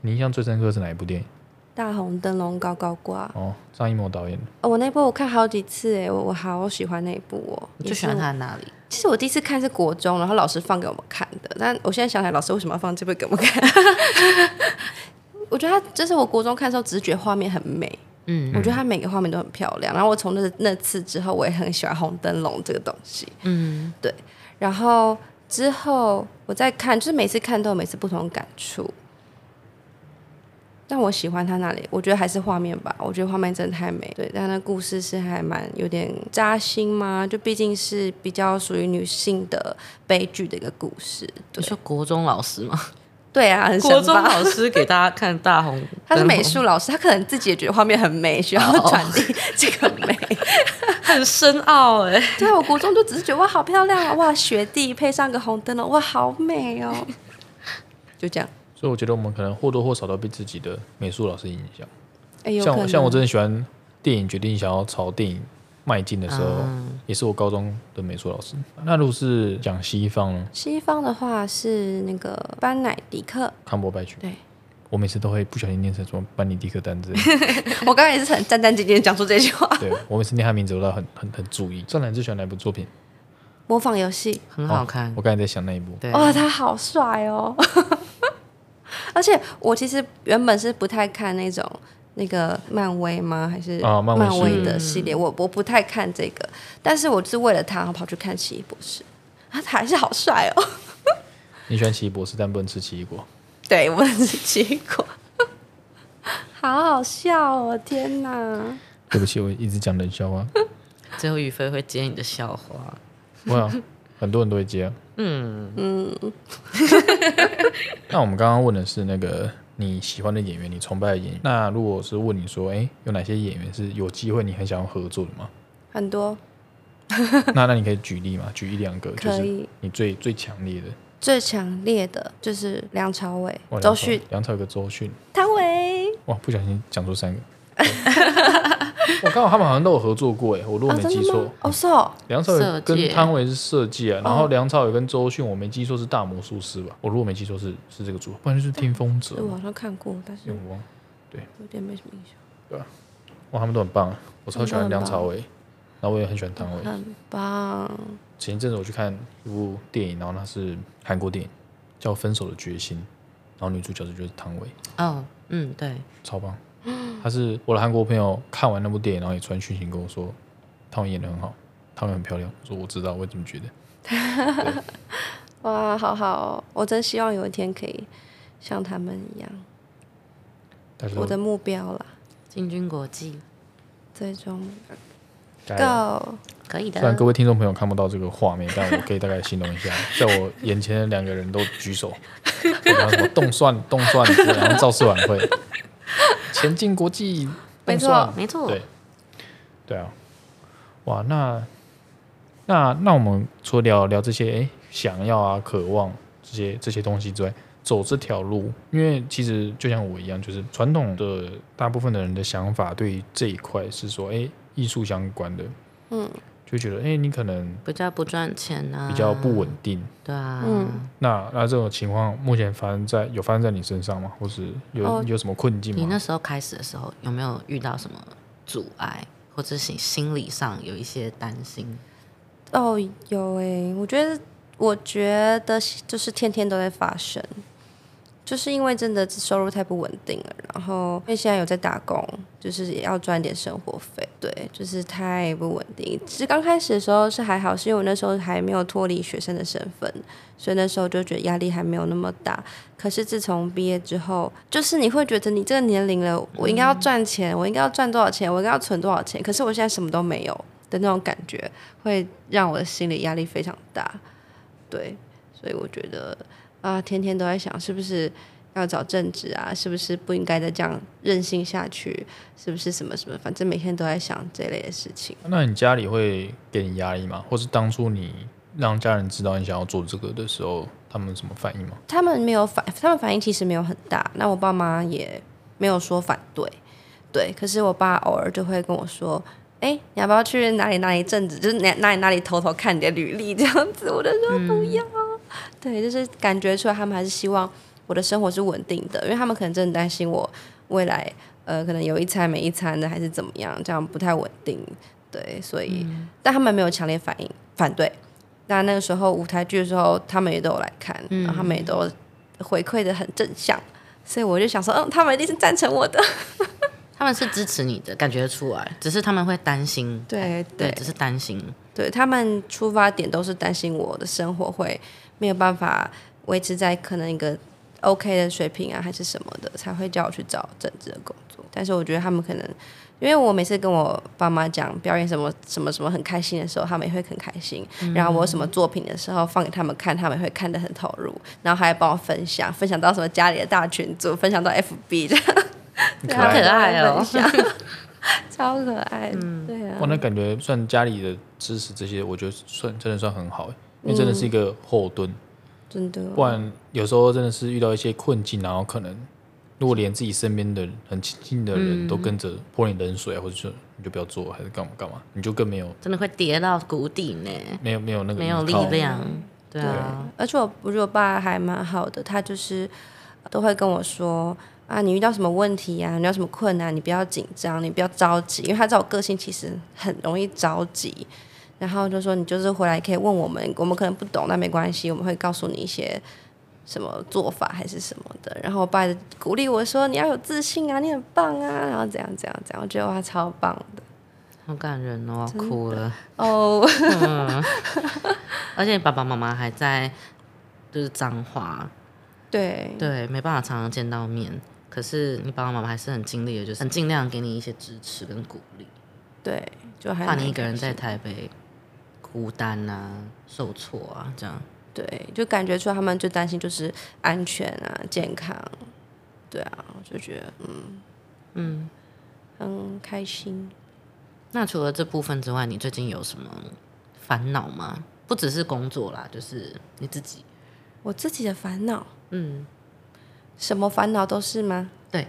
[SPEAKER 2] 你印象最深刻是哪一部电影？
[SPEAKER 1] 大红灯笼高高挂。
[SPEAKER 2] 哦，张艺谋导演的。
[SPEAKER 1] 哦，我那部我看好几次哎，我我好喜欢那一部哦。
[SPEAKER 3] 你
[SPEAKER 1] 也
[SPEAKER 3] 最
[SPEAKER 1] 是
[SPEAKER 3] 喜欢
[SPEAKER 1] 我
[SPEAKER 3] 他哪里？
[SPEAKER 1] 其实我第一次看是国中，然后老师放给我们看的。但我现在想起来，老师为什么要放这部给我们看？我觉得他就是我国中看的时候，只是觉得画面很美。
[SPEAKER 3] 嗯，
[SPEAKER 1] 我觉得他每个画面都很漂亮。然后我从那那次之后，我也很喜欢红灯笼这个东西。
[SPEAKER 3] 嗯，
[SPEAKER 1] 对。然后之后我再看，就是每次看都有每次不同的感触。但我喜欢他那里，我觉得还是画面吧。我觉得画面真的太美，对。但那故事是还蛮有点扎心嘛，就毕竟是比较属于女性的悲剧的一个故事。
[SPEAKER 3] 你
[SPEAKER 1] 对，
[SPEAKER 3] 说国中老师吗？
[SPEAKER 1] 对啊，很神
[SPEAKER 3] 国中
[SPEAKER 1] 吧，
[SPEAKER 3] 老师给大家看大红
[SPEAKER 1] 他是美
[SPEAKER 3] 术，
[SPEAKER 1] 术老师，他可能自己也觉得画面很美，需要
[SPEAKER 3] 哦
[SPEAKER 1] 传递这个美。
[SPEAKER 3] 很深奥哎、
[SPEAKER 1] 对啊，我国中就只是觉得哇，好漂亮啊！哇，雪地配上个红灯笼，哇，好美哦。就这样，
[SPEAKER 2] 所以我觉得我们可能或多或少都被自己的美术老师影响。
[SPEAKER 1] 哎、有
[SPEAKER 2] 像
[SPEAKER 1] 可
[SPEAKER 2] 我
[SPEAKER 1] 能
[SPEAKER 2] 像我真的喜欢电影，决定想要朝电影迈进的时候，也是我高中的美术老师。那如果是讲西方呢，
[SPEAKER 1] 西方的话是那个班乃迪克，
[SPEAKER 2] 康伯拜区，
[SPEAKER 1] 对
[SPEAKER 2] 我每次都会不小心念成什么班尼迪克 丹之类的。
[SPEAKER 1] 我刚才也是很战战兢兢地讲出这句话。
[SPEAKER 2] 对我每次念他名字，我都很很很注意。张兰最喜欢哪部作品？
[SPEAKER 1] 模仿游戏，
[SPEAKER 3] 很好看。
[SPEAKER 2] 我刚才在想那一部，
[SPEAKER 3] 对，
[SPEAKER 1] 哇，他好帅哦！ 而且我其实原本是不太看那种那个漫威吗？还是
[SPEAKER 2] 啊漫威系列
[SPEAKER 1] 的系列，我我不太看这个，但是我是为了他然后跑去看奇异博士，啊，他还是好帅哦！
[SPEAKER 2] 你喜欢奇异博士，但不能吃奇异果。
[SPEAKER 1] 对，我是奇果，好好笑哦！天哪，
[SPEAKER 2] 对不起，我一直讲冷笑话。
[SPEAKER 3] 最后宇飞会接你的笑话。
[SPEAKER 2] 哇，很多人都会接、啊。嗯嗯。 那我们刚刚问的是那个你喜欢的演员，你崇拜的演员。那如果是问你说，哎、有哪些演员是有机会你很想要合作的吗？
[SPEAKER 1] 很多
[SPEAKER 2] 那那你可以举例嘛？举一两个，就
[SPEAKER 1] 可
[SPEAKER 2] 是
[SPEAKER 1] 以
[SPEAKER 2] 你最最强烈的。
[SPEAKER 1] 最强烈的就是梁朝伟
[SPEAKER 2] 哇、
[SPEAKER 1] 周迅、，
[SPEAKER 2] 哦梁朝伟梁朝伟跟周迅，
[SPEAKER 1] 汤唯。
[SPEAKER 2] 哇，不小心讲出 三个。我刚好他们好像都有合作过，哎，我如果
[SPEAKER 1] 啊，
[SPEAKER 2] 没
[SPEAKER 1] 真
[SPEAKER 2] 记
[SPEAKER 1] 的
[SPEAKER 2] 错，
[SPEAKER 1] 吗？哦，是哦，
[SPEAKER 2] 梁朝伟
[SPEAKER 3] 设
[SPEAKER 2] 跟
[SPEAKER 3] 计
[SPEAKER 2] 汤唯是设计啊，然后梁朝伟跟周迅，我没记错是大魔术师吧？我如果没记错是是这个组合，不然就是听风者
[SPEAKER 1] 对，我好像看过，但是
[SPEAKER 2] 永光，
[SPEAKER 1] 有点没什么印象。
[SPEAKER 2] 哇，他们都很棒啊，我超喜
[SPEAKER 1] 他
[SPEAKER 2] 欢
[SPEAKER 1] 们都
[SPEAKER 2] 梁
[SPEAKER 1] 很棒嗯
[SPEAKER 2] 朝伟，然后我也很喜欢汤唯。
[SPEAKER 1] 很棒，
[SPEAKER 2] 前一阵子我去看一部电影，然后那是韩国电影，叫《分手的决心》，然后女主角就是汤唯，
[SPEAKER 3] 哦，嗯，对，
[SPEAKER 2] 超棒。他是我的韩国朋友，看完那部电影，然后也传讯息跟我说，他们演的很好，他们很漂亮。我说我知道，我也这么觉得。
[SPEAKER 1] 哇，好好哦，我真希望有一天可以像他们一样，
[SPEAKER 2] 但是
[SPEAKER 1] 我的目标啦，
[SPEAKER 3] 进军国际
[SPEAKER 1] 最终目标
[SPEAKER 2] 该
[SPEAKER 1] Go。
[SPEAKER 3] 可以的
[SPEAKER 2] 虽。然各位听众朋友看不到这个画面，但我可以大概形容一下，在我眼前的两个人都举手，然后什么动算动算，然后造势晚会，前进国际，
[SPEAKER 1] 没
[SPEAKER 2] 动
[SPEAKER 1] 错
[SPEAKER 2] 算，
[SPEAKER 3] 没错
[SPEAKER 2] 对，对啊，哇，那那那我们除了聊聊这些，诶想要啊、渴望这些这些东西之外，走这条路，因为其实就像我一样，就是传统的大部分的人的想法对于这一块是说，诶，艺术相关的，
[SPEAKER 1] 嗯，
[SPEAKER 2] 就会觉得，诶，你可能
[SPEAKER 3] 比较不赚钱啊，
[SPEAKER 2] 比较不稳，定。
[SPEAKER 3] 对啊，
[SPEAKER 1] 嗯
[SPEAKER 2] 那那这种情况目前发生在有发生在你身上吗？或是有、
[SPEAKER 1] 哦
[SPEAKER 2] 有什么困境
[SPEAKER 3] 你那
[SPEAKER 2] 吗？
[SPEAKER 3] 时候开始的时候有没有遇到什么阻碍，或者心心理上有一些担心？
[SPEAKER 1] 哦，有诶、我觉得，我觉得就是天天都在发生，就是因为真的收入太不稳定了，然后因为现在有在打工，就是也要赚点生活费，对，就是太不稳定。其实刚开始的时候是还好，是因为我那时候还没有脱离学生的身份，所以那时候就觉得压力还没有那么大。可是自从毕业之后，就是你会觉得你这个年龄了，我应该要赚钱，我应该要赚多少钱，我应该要存多少钱，可是我现在什么都没有的那种感觉。会让我的心理压力非常大。对，所以我觉得啊，天天都在想是不是要找正职啊，是不是不应该再这样任性下去，是不是什么什么，反正每天都在想这类的事情。
[SPEAKER 2] 那你家里会给你压力吗？或是当初你让家人知道你想要做这个的时候，他们有什么反应吗？
[SPEAKER 1] 他们没有反，他们反应其实没有很大。那我爸妈也没有说反对，对。可是我爸偶尔就会跟我说：“哎、你要不要去哪里哪里正职？就是哪哪里哪里偷偷看你的履历这样子？”我就说不要。对，就是感觉出来他们还是希望我的生活是稳定的，因为他们可能真的担心我未来呃可能有一餐没一餐的，还是怎么样，这样不太稳定。对，所以、但他们没有强烈反应反对。那那个时候舞台剧的时候，他们也都有来看，然后他们也都回馈的很正向，所以我就想说，嗯，他们一定是赞成我的。
[SPEAKER 3] 他们是支持你的，感觉得出来，只是他们会担心，
[SPEAKER 1] 对
[SPEAKER 3] 对，
[SPEAKER 1] 对
[SPEAKER 3] 只是担心，
[SPEAKER 1] 对他们出发点都是担心我的生活会没有办法维持在可能一个 OK 的水平啊，还是什么的，才会叫我去找正职的工作。但是我觉得他们可能，因为我每次跟我爸妈讲表演什么什么什么很开心的时候，他们也会很开心。
[SPEAKER 2] 嗯
[SPEAKER 1] 然后我有什么作品的时候放给他们看，他们也会看得很投入，然后还帮我分享，分享到什么家里的大群组，分享到 FB 这样，
[SPEAKER 2] 很
[SPEAKER 1] 对他们
[SPEAKER 3] 可
[SPEAKER 1] 都会
[SPEAKER 3] 爱哦
[SPEAKER 1] 分 享超可爱，
[SPEAKER 2] 嗯
[SPEAKER 1] 对啊。
[SPEAKER 2] 哇，那感觉算家里的支持这些，我觉得算真的算很好欸，因为真的是一个后盾。
[SPEAKER 1] 真的，
[SPEAKER 2] 不然有时候真的是遇到一些困境，然后可能如果连自己身边的人很亲近的人都跟着泼你冷水啊，或者说你就不要做，还是干嘛干嘛，你就更没有
[SPEAKER 3] 真的会跌到谷底呢，
[SPEAKER 2] 没有没有那个
[SPEAKER 3] 没有
[SPEAKER 2] 依
[SPEAKER 3] 力
[SPEAKER 2] 靠
[SPEAKER 3] 量，对啊，
[SPEAKER 1] 而且我我觉得我爸还蛮好的，他就是呃都会跟我说啊，你遇到什么问题啊，你有什么困难，你不要紧张，你不要着急，因为他知道我个性其实很容易着急。然后就说你就是回来可以问我们，我们可能不懂，但没关系，我们会告诉你一些什么做法还是什么的。然后我爸鼓励我说你要有自信啊，你很棒啊，然后怎样怎样怎样，我觉得哇超棒的
[SPEAKER 3] 好感人哦，哭了。
[SPEAKER 1] 哦。
[SPEAKER 3] 而且爸爸妈妈还在就是彰化，
[SPEAKER 1] 对
[SPEAKER 3] 对，没办法常常见到面。可是你爸爸妈妈还是很尽力的，就是很尽量给你一些支持跟鼓励，
[SPEAKER 1] 对，就还
[SPEAKER 3] 怕你
[SPEAKER 1] 蛮
[SPEAKER 3] 一个人
[SPEAKER 1] 开心
[SPEAKER 3] 在台北孤单啊、受挫啊这样。
[SPEAKER 1] 对，就感觉出他们最担心就是安全啊、健康，对啊，我就觉得嗯嗯很开心。
[SPEAKER 3] 那除了这部分之外，你最近有什么烦恼吗？不只是工作啦，就是你自己。
[SPEAKER 1] 我自己的烦恼，
[SPEAKER 3] 嗯，
[SPEAKER 1] 什么烦恼都是吗？
[SPEAKER 3] 对。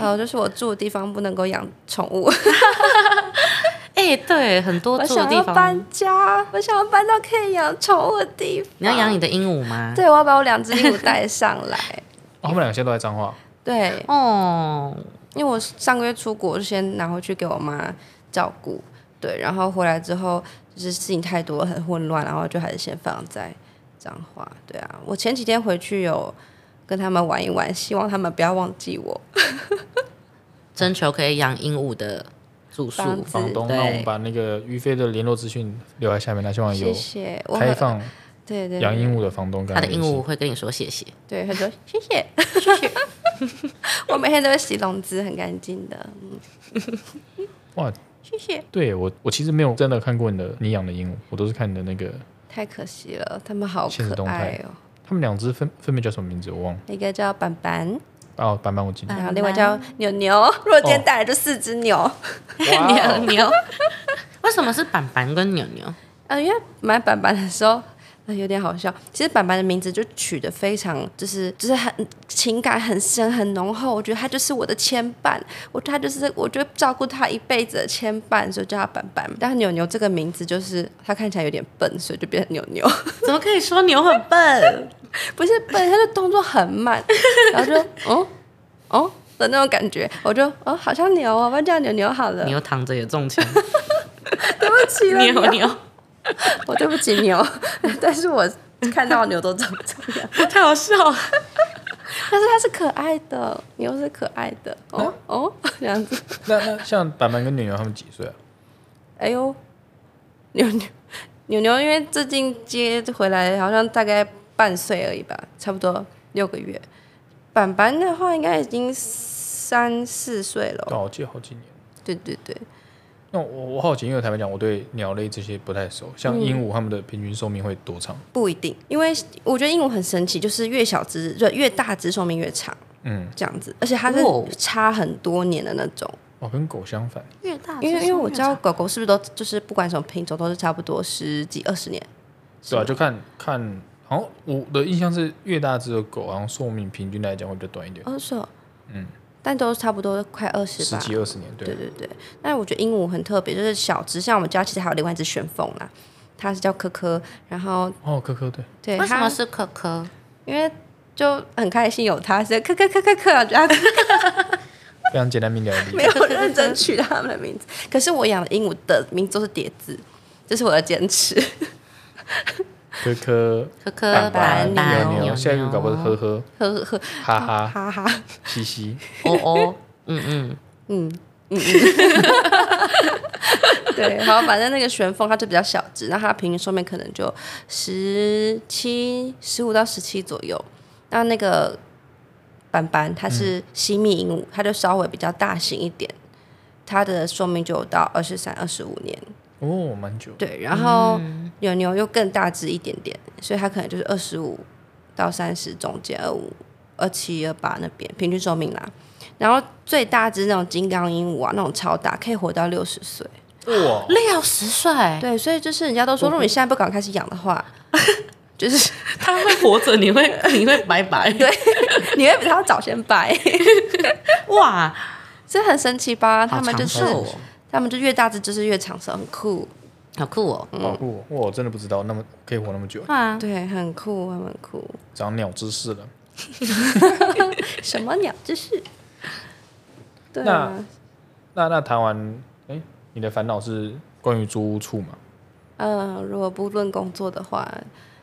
[SPEAKER 1] 哦，就是我住的地方不能够养宠物，
[SPEAKER 3] 哎、对，很多
[SPEAKER 1] 我
[SPEAKER 3] 住的
[SPEAKER 1] 想
[SPEAKER 3] 地
[SPEAKER 1] 要
[SPEAKER 3] 方
[SPEAKER 1] 搬，家，我想要搬到可以养宠物的地方。
[SPEAKER 3] 你要养你的鹦鹉吗？
[SPEAKER 1] 对，我要把我两只鹦鹉带上来。
[SPEAKER 2] 哦他们两个现在都在彰化，
[SPEAKER 1] 对，
[SPEAKER 3] 哦，
[SPEAKER 1] 因为我上个月出国，就先拿回去给我妈照顾，对，然后回来之后就是事情太多，很混乱，然后就还是先放在彰化。对啊，我前几天回去有跟他们玩一玩，希望他们不要忘记我。
[SPEAKER 3] 征求可以养鹦鹉的住宿
[SPEAKER 1] 房子
[SPEAKER 2] 房东，那我们
[SPEAKER 3] 对，
[SPEAKER 2] 把那个于飞的联络资讯留在下面，那希哦望有
[SPEAKER 1] 谢谢，我
[SPEAKER 2] 开
[SPEAKER 1] 很
[SPEAKER 2] 放
[SPEAKER 1] 对对
[SPEAKER 2] 养
[SPEAKER 1] 对
[SPEAKER 2] 鹦鹉的房东跟
[SPEAKER 3] 他的鹦
[SPEAKER 2] 联系
[SPEAKER 3] 鹉会跟你说谢谢。
[SPEAKER 1] 对，他说谢谢谢谢，我每天都会洗笼子，很干净的，嗯，
[SPEAKER 2] 哇，
[SPEAKER 1] 谢谢，
[SPEAKER 2] 对我我其实没有真的看过你的你养的鹦鹉，我都是看你的那个，
[SPEAKER 1] 太可惜了，他们好
[SPEAKER 2] 现实
[SPEAKER 1] 可
[SPEAKER 2] 动态
[SPEAKER 1] 爱哦，
[SPEAKER 2] 他们两只分分别叫什么名字我忘了。
[SPEAKER 1] 一个叫板板，
[SPEAKER 2] 哦，斑斑我 记得。
[SPEAKER 1] 然后另外叫牛牛，如果今
[SPEAKER 2] 哦
[SPEAKER 1] 天带来就四只牛，
[SPEAKER 2] 哇
[SPEAKER 3] 牛
[SPEAKER 2] 哦
[SPEAKER 3] 牛，为什么是板板跟牛牛？
[SPEAKER 1] 呃，因为买板板的时候。呃有点好笑。其实板板的名字就取得非常，就是就是很情感很深很浓厚。我觉得他就是我的牵绊，我他就是我就照顾他一辈子的牵绊，所以叫他板板。但牛牛这个名字就是他看起来有点笨，所以就变成牛 牛。
[SPEAKER 3] 怎么可以说牛很 笨？
[SPEAKER 1] 不是笨，他的动作很慢，然后就哦哦的那种感觉，我就哦好像牛哦，我要叫牛牛好了，
[SPEAKER 3] 牛躺着也中 枪，
[SPEAKER 1] 对不起了
[SPEAKER 3] 牛牛，
[SPEAKER 1] 我对不起牛， 但是我看到牛都长这样，
[SPEAKER 3] 太好笑了。
[SPEAKER 1] 但是它是可爱的，牛是可爱的，哦哦 这样子，
[SPEAKER 2] 那那像板板跟牛牛他们几岁啊？
[SPEAKER 1] 哎呦，牛牛牛牛，因为最近接回来好像大概半岁而已吧，差不多六个月，板板的话应该已经三四岁了哦，
[SPEAKER 2] 哦，我记得好几年。
[SPEAKER 1] 对对对。
[SPEAKER 2] 那我我好奇，因为坦白讲，我对鸟类这些不太熟，像
[SPEAKER 3] 嗯
[SPEAKER 2] 鹦鹉它们的平均寿命会多长？
[SPEAKER 1] 不一定，因为我觉得鹦鹉很神奇，就是越小只，就越大只寿命越长，
[SPEAKER 2] 嗯，
[SPEAKER 1] 这样子，而且它是
[SPEAKER 3] 哇
[SPEAKER 1] 差很多年的那种。
[SPEAKER 2] 哦，跟狗相反。
[SPEAKER 3] 越大
[SPEAKER 1] 因为因为我知道狗啊狗是不是都就是不管什么品种都是差不多十几二十年，
[SPEAKER 2] 对啊，就看看，好像我的印象是越大只的狗，好像寿命平均来讲会比较短一点，
[SPEAKER 1] 二十，
[SPEAKER 2] 嗯，
[SPEAKER 1] 但都差不多快二十
[SPEAKER 2] 十
[SPEAKER 1] 吧。
[SPEAKER 2] 几二十年。
[SPEAKER 1] 对
[SPEAKER 2] 对，
[SPEAKER 1] 对对，但我觉得鹦鹉很特别，就是小只，像我们家其实还有另外一只旋风啦，它是叫科科，然后
[SPEAKER 2] 哦，科科对，
[SPEAKER 1] 对，
[SPEAKER 3] 为什么
[SPEAKER 1] 它
[SPEAKER 3] 是可可？
[SPEAKER 1] 因为就很开心有它，所以科科科科科，我觉得它
[SPEAKER 2] 非常简单明了的理
[SPEAKER 1] 没
[SPEAKER 2] 解。
[SPEAKER 1] 有认真取他们的名字。可是我养的鹦鹉的名字都是叠字，这是我的坚持。
[SPEAKER 2] 啊科 科、
[SPEAKER 3] 可可
[SPEAKER 1] 板板
[SPEAKER 3] 板板
[SPEAKER 2] 牛牛，下一个搞不好是呵呵、
[SPEAKER 1] 呵呵呵，
[SPEAKER 2] 哈哈、
[SPEAKER 1] 哈哈，
[SPEAKER 2] 嘻嘻。
[SPEAKER 3] 哦哦，嗯 嗯，
[SPEAKER 1] 嗯。嗯嗯， 对，好，反正那个旋风它就比较小只，那它平均寿命可能就十七、十五到十七左右。那那个斑斑它是西密鹦鹉，它就稍微比较大型一点，它的寿命就有到二十三、二十五年。
[SPEAKER 2] 哦，蛮久。
[SPEAKER 1] 对，然后牛牛又更大只一点点，所以它可能就是二十五到三十中间，二五、二七、二八那边平均寿命啦。然后最大只那种金刚鹦鹉啊，那种超大，可以活到六十岁。
[SPEAKER 2] 哇，
[SPEAKER 3] 六十岁，
[SPEAKER 1] 对，所以就是人家都说，如果你现在不赶快开始养的 话，就是
[SPEAKER 3] 他会活着，你会 你会拜拜。对，
[SPEAKER 1] 你会比他早先白，
[SPEAKER 3] 哇，
[SPEAKER 1] 这很神奇吧？他
[SPEAKER 3] 好
[SPEAKER 1] 们
[SPEAKER 3] 长
[SPEAKER 1] 就是
[SPEAKER 3] 寿哦，
[SPEAKER 1] 他们就越大只就是越长寿，很酷。
[SPEAKER 3] 好酷哦。
[SPEAKER 1] 嗯
[SPEAKER 2] 好酷哦！哇，我真的不知道那么可以活那么久，
[SPEAKER 3] 啊，
[SPEAKER 1] 对，很酷，他们很酷。
[SPEAKER 2] 长鸟知识了。
[SPEAKER 1] 什么鸟？这是？对啊
[SPEAKER 2] 那。那那谈完，哎，你的烦恼是关于租屋处嘛？
[SPEAKER 1] 嗯，如果不论工作的话，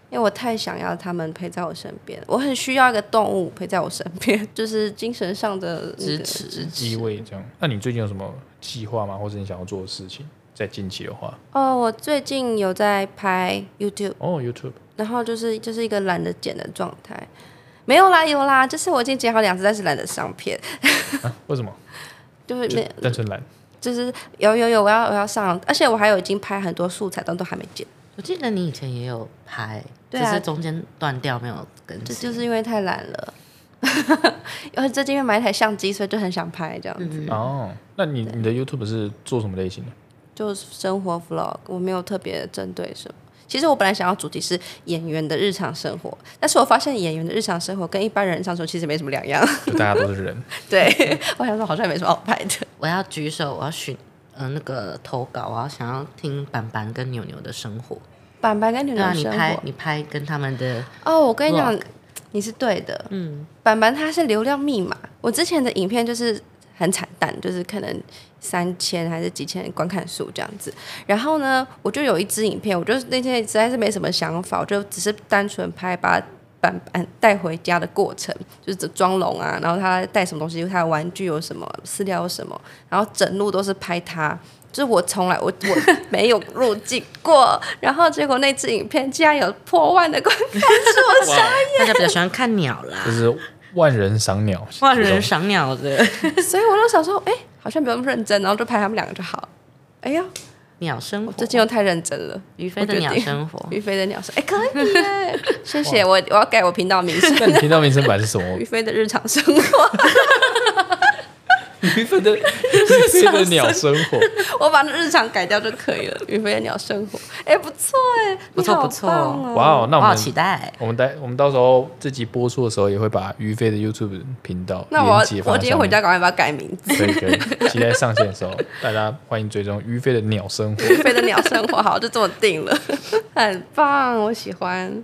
[SPEAKER 1] 因为我太想要他们陪在我身边，我很需要一个动物陪在我身边， 就是精神上的那个
[SPEAKER 3] 支持
[SPEAKER 1] 支
[SPEAKER 2] 依偎这样。那你最近有什么计划吗？或者你想要做的事情？在近期的话，
[SPEAKER 1] 哦，我最近有在拍 YouTube，
[SPEAKER 2] 哦，YouTube，
[SPEAKER 1] 然后就是就是一个懒得剪的状态。没有啦，有啦，就是我已经剪好两次，但是懒得上片，
[SPEAKER 2] 啊为什么？
[SPEAKER 1] 就是
[SPEAKER 2] 就
[SPEAKER 1] 没，
[SPEAKER 2] 单纯懒。
[SPEAKER 1] 就是有有有，我要我要上，而且我还有已经拍很多素材，但都还没剪，
[SPEAKER 3] 我记得你以前也有拍，
[SPEAKER 1] 对
[SPEAKER 3] 只
[SPEAKER 1] 啊
[SPEAKER 3] 是中间断掉没有更
[SPEAKER 1] 这
[SPEAKER 3] 新，
[SPEAKER 1] 就是因为太懒 了。而且最近因为买一台相机，所以就很想拍这样
[SPEAKER 3] 嗯
[SPEAKER 1] 子。
[SPEAKER 2] 哦，那你你的 YouTube 是做什么 类型的？
[SPEAKER 1] 就是生活 vlog，我没有特别针对什么。其实我本来想要主题是演员的日常生活，但是我发现演员的日常生活跟一般人日常生活其实没什么两样。
[SPEAKER 2] 就大家都是人，
[SPEAKER 3] 嗯
[SPEAKER 1] 对，我想说好像也没什么好拍的。
[SPEAKER 3] 我要举手，我要选呃那个投稿，我要想要听板板跟牛牛的生活。
[SPEAKER 1] 板板跟牛
[SPEAKER 3] 对
[SPEAKER 1] 牛
[SPEAKER 3] 啊，
[SPEAKER 1] 的
[SPEAKER 3] 你
[SPEAKER 1] 生
[SPEAKER 3] 拍
[SPEAKER 1] 活
[SPEAKER 3] 你拍跟他们的
[SPEAKER 1] 哦，我跟你讲
[SPEAKER 3] vlog，
[SPEAKER 1] 你是对的。
[SPEAKER 3] 嗯，
[SPEAKER 1] 板板它是流量密码，我之前的影片就是很惨淡，就是可能三千还是几千观看数这样子。然后呢，我就有一支影片，我就那天实在是没什么想法，我就只是单纯拍把它板板带回家的过程，就是装聋啊，然后他带什么东西，他的玩具有什么，饲料有什么，然后整路都是拍他。就是我从来我我没有入境过，然后结果那支影片竟然有破万的观看，是我傻
[SPEAKER 3] 大家比较喜欢看鸟啦
[SPEAKER 2] 就，是万人赏鸟，
[SPEAKER 3] 万人赏鸟的
[SPEAKER 1] 眼， 所以我就想说，哎、好像没有那么认真，然后就拍他们两个就好了。哎呀，
[SPEAKER 3] 鸟生活
[SPEAKER 1] 我，最近又太认真了，
[SPEAKER 3] 于飞的
[SPEAKER 1] 我决
[SPEAKER 3] 鸟
[SPEAKER 1] 定
[SPEAKER 3] 生活，
[SPEAKER 1] 于飞的鸟生，哎、可以 耶，谢谢我，我要改我频道名称，
[SPEAKER 2] 那你听到民生版是什么
[SPEAKER 1] 于？飞的日常生活，
[SPEAKER 2] 鱼飞的鱼飞的鸟生活，
[SPEAKER 1] 我把那日常改掉就可以了，于飞的鸟生活，哎、不错哎，
[SPEAKER 3] 不错
[SPEAKER 1] 你好
[SPEAKER 3] 不错
[SPEAKER 1] 棒哦
[SPEAKER 2] 哇哦！那
[SPEAKER 3] 我
[SPEAKER 2] 我
[SPEAKER 3] 好
[SPEAKER 2] 们
[SPEAKER 3] 期待。
[SPEAKER 2] 我们待我们到时候这集播出的时候，也会把于飞的 YouTube 频道
[SPEAKER 1] 那我要
[SPEAKER 2] 连接放
[SPEAKER 1] 我
[SPEAKER 2] 在
[SPEAKER 1] 今
[SPEAKER 2] 上
[SPEAKER 1] 天回
[SPEAKER 2] 面
[SPEAKER 1] 家赶快把它改名字。
[SPEAKER 2] 可以可以，期待上线的时候，大家欢迎追踪于飞的鸟生 活。
[SPEAKER 1] 飞的鸟生活，好，就这么定 了，很棒，我喜欢，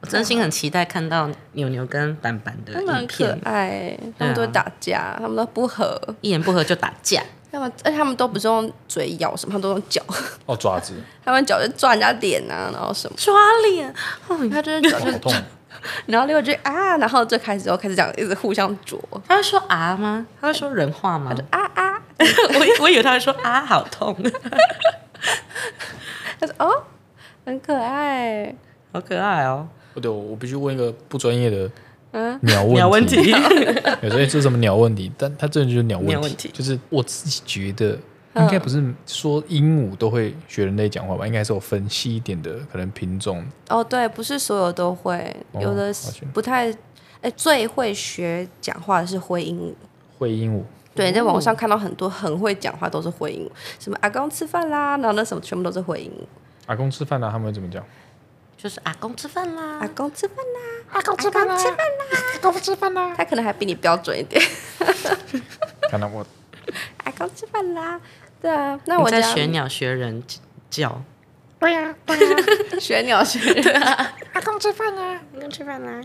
[SPEAKER 3] 我真心很期待看到牛牛跟板板的
[SPEAKER 1] 他们很
[SPEAKER 3] 影
[SPEAKER 1] 可
[SPEAKER 3] 片，啊
[SPEAKER 1] 爱，他们都会打架，他们都不和，
[SPEAKER 3] 一言不合就打架，
[SPEAKER 1] 他们而且他们都不是用嘴咬什么，他们都用脚，
[SPEAKER 2] 哦，爪子，
[SPEAKER 1] 他们脚就抓人家脸啊，然后什么，
[SPEAKER 3] 抓脸，
[SPEAKER 1] 他就是脚
[SPEAKER 2] 哇
[SPEAKER 1] 就
[SPEAKER 2] 好，痛！
[SPEAKER 1] 然后另外就啊，然后最开始就开始讲，一直互相啄，
[SPEAKER 3] 他会说啊吗？他会说人话吗？
[SPEAKER 1] 啊啊，
[SPEAKER 3] 我以我以为他会说啊，好痛，
[SPEAKER 1] 他说哦，很可爱，
[SPEAKER 3] 好可爱哦。
[SPEAKER 2] 不对，我我必须问一个不专业的
[SPEAKER 1] 嗯
[SPEAKER 2] 鸟问
[SPEAKER 3] 没有问题，
[SPEAKER 2] 有时候哎这是什么鸟问题，但它真的就是鸟问题，
[SPEAKER 3] 鸟问题嗯
[SPEAKER 2] 就是我自己觉得。应该不是说鹦鹉都会学人类讲话吧？应该是有分析一点的，可能品种
[SPEAKER 1] 哦，对，不是所有都会，
[SPEAKER 2] 哦
[SPEAKER 1] 有的
[SPEAKER 2] 好像
[SPEAKER 1] 不太，哎，最会学讲话的是灰鹦鹉。
[SPEAKER 2] 灰鹦鹉。
[SPEAKER 1] 对，在网上看到很多很会讲话都是回应，什么阿公吃饭啦，然后那什么全部都是回应，
[SPEAKER 2] 阿公吃饭了、啊他们会怎么讲？
[SPEAKER 3] 就是阿公吃饭
[SPEAKER 1] 阿
[SPEAKER 3] 啦，
[SPEAKER 1] 公吃饭啦，
[SPEAKER 3] 啊阿
[SPEAKER 1] 阿公
[SPEAKER 3] 公
[SPEAKER 1] 吃饭啦，
[SPEAKER 3] 阿公吃饭啦，
[SPEAKER 1] 他可能还比你标准一点，
[SPEAKER 2] 看到我
[SPEAKER 1] 阿公吃饭啦，对啊，那
[SPEAKER 3] 我
[SPEAKER 1] 我
[SPEAKER 3] 在
[SPEAKER 1] 家
[SPEAKER 3] 学鸟学人叫，
[SPEAKER 1] 学鸟学人，
[SPEAKER 4] 阿公吃饭啦，阿公吃饭啦。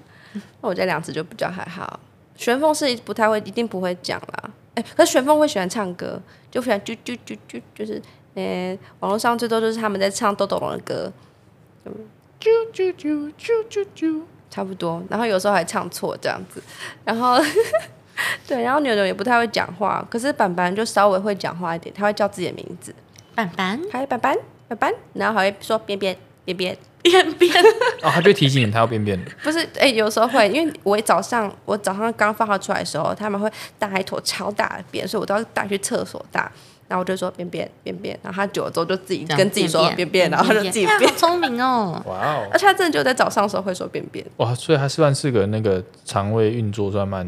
[SPEAKER 1] 那我家两只就比较还好，玄凤是不太会，一定不会讲啦，哎，可是玄凤会喜欢唱歌，就喜欢啾啾啾啾，就是嗯，网络上最多就是他们在唱豆豆龙的歌，
[SPEAKER 4] 啾啾啾啾啾啾。
[SPEAKER 1] 差不多，然后有时候还唱错这样子，然后对，然后牛牛也不太会讲话，可是板板就稍微会讲话一点，他会叫自己的名字，
[SPEAKER 3] 板板
[SPEAKER 1] 还板板板板，然后还会说边边边边，
[SPEAKER 3] 变 变，
[SPEAKER 2] 哦，他就会提醒你他要便便了。
[SPEAKER 1] 不是哎、有时候会，因为我早上我早上刚放它出来的时候，他们会大一坨超大的便，所以我都要带去厕所大，然后我就说边边边边，然后它久了之后就自己
[SPEAKER 3] 这样
[SPEAKER 1] 跟自己说边
[SPEAKER 3] 便
[SPEAKER 1] 边，然后它就自己
[SPEAKER 3] 哎
[SPEAKER 1] 变
[SPEAKER 3] 好，聪明哦，
[SPEAKER 2] 哇哦
[SPEAKER 1] 而，且它真的就在早上的时候会说边边，
[SPEAKER 2] 哇，所以它算是个那个肠胃运作算蛮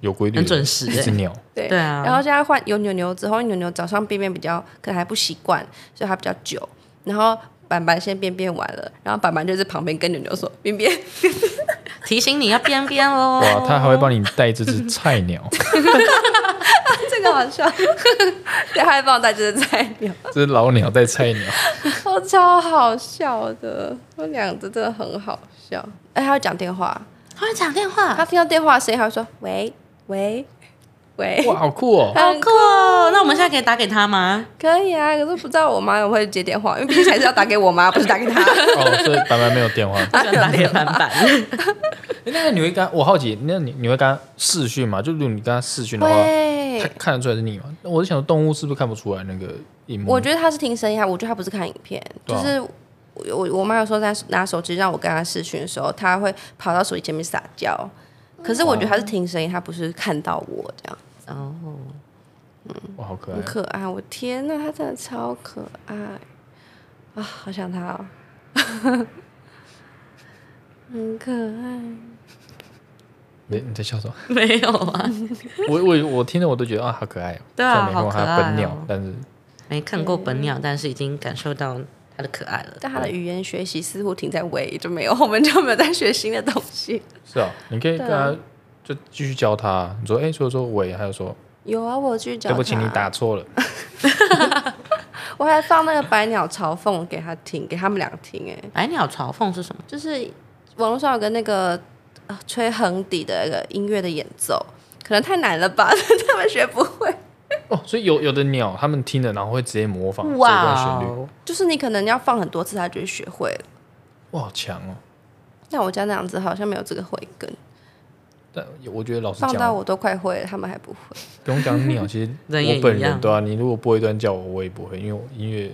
[SPEAKER 2] 有规律的，
[SPEAKER 3] 很准时
[SPEAKER 2] 一只
[SPEAKER 3] 欸
[SPEAKER 2] 鸟。
[SPEAKER 1] 对
[SPEAKER 3] 对啊
[SPEAKER 1] 然后现在换有牛牛之后，因为牛牛早上便便比较可能还不习惯，所以它比较久。然后板板先便便完了，然后板板就在旁边跟牛牛说便便，
[SPEAKER 3] 提醒你要边边哦。
[SPEAKER 2] 哇，它还会帮你带这只菜 鸟，
[SPEAKER 1] 这个好笑。 对，还帮我带这只菜鸟，
[SPEAKER 2] 这是老鸟带菜鸟。
[SPEAKER 1] 哦，超好笑的，那两只真的很好笑。哎，它会讲电话，
[SPEAKER 3] 他会讲电话，
[SPEAKER 1] 它听到电话的声音，它会说喂喂喂，
[SPEAKER 2] 哇，好酷哦！
[SPEAKER 1] 很
[SPEAKER 3] 好酷哦！那我们现在可以打给他吗？
[SPEAKER 1] 可以啊。可是不知道我妈有没有接电话，因为毕竟还是要打给我妈，不是打给 她。
[SPEAKER 2] 哦，所以白白没有电话。
[SPEAKER 3] 我想打给板板，
[SPEAKER 2] 诶那你会跟他我好奇，那你你会跟他视讯吗？就如果你跟他视讯的话，
[SPEAKER 1] 喂
[SPEAKER 2] 他，看得出来是你吗？那我就想说，动物是不是看不出来那个荧幕？
[SPEAKER 1] 我觉得他是听声音，他啊我觉得他不是看影片，
[SPEAKER 2] 对
[SPEAKER 1] 就
[SPEAKER 2] 啊
[SPEAKER 1] 是我我我妈有时候在拿手机让我跟她视讯的时候，她会跑到手机前面撒娇。可是我觉得她是听声音，她不是看到我这样，
[SPEAKER 3] 哦，
[SPEAKER 2] 哇，好可爱啊
[SPEAKER 1] 很。可爱。我天呐，她真的超可爱啊！好想她哦， 很可爱。
[SPEAKER 2] 你你在笑什么？
[SPEAKER 3] 没有啊，
[SPEAKER 2] 我我我听着我都觉得啊，好可爱哦。
[SPEAKER 3] 对啊
[SPEAKER 2] 虽然没看过
[SPEAKER 3] 好可
[SPEAKER 2] 它
[SPEAKER 3] 爱哦
[SPEAKER 2] 笨鸟，但是
[SPEAKER 3] 没看过本鸟，但是已经感受到它的可爱了。
[SPEAKER 1] 但她的语言学习似乎停在尾，就没有后面就没有在学新的东西。
[SPEAKER 2] 是啊，你可以
[SPEAKER 1] 对
[SPEAKER 2] 跟
[SPEAKER 1] 啊
[SPEAKER 2] 他就继续教他。你说，哎，所以说喂，还有说，
[SPEAKER 1] 有啊，我有去找
[SPEAKER 2] 对不起，
[SPEAKER 1] 她
[SPEAKER 2] 你打错了。
[SPEAKER 1] 我还放那个百鸟朝凤给她听，给他们俩听、哎。
[SPEAKER 3] 白鸟嘲讽是什么？
[SPEAKER 1] 就是网络上有个那个、呃、吹横笛的那个音乐的演奏，可能太难了吧， 他们学不会。
[SPEAKER 2] 哦，所以有有的鸟，它们听了然后会直接模仿这
[SPEAKER 1] 哦
[SPEAKER 2] 一
[SPEAKER 3] 哇
[SPEAKER 2] 段旋律，
[SPEAKER 3] 哦，
[SPEAKER 1] 就是你可能要放很多次，他就会学会了。
[SPEAKER 2] 哇，好强哦！
[SPEAKER 1] 像我家那两只好像没有这个慧根，
[SPEAKER 2] 但我觉得老师
[SPEAKER 1] 放到
[SPEAKER 2] 讲，
[SPEAKER 1] 我都快会了，他们还不会。
[SPEAKER 2] 不用讲 鸟，其实
[SPEAKER 3] 人也
[SPEAKER 2] 我本
[SPEAKER 3] 一
[SPEAKER 2] 人
[SPEAKER 3] 样
[SPEAKER 2] 对啊，你如果播一段叫我，我也不会，因为我音乐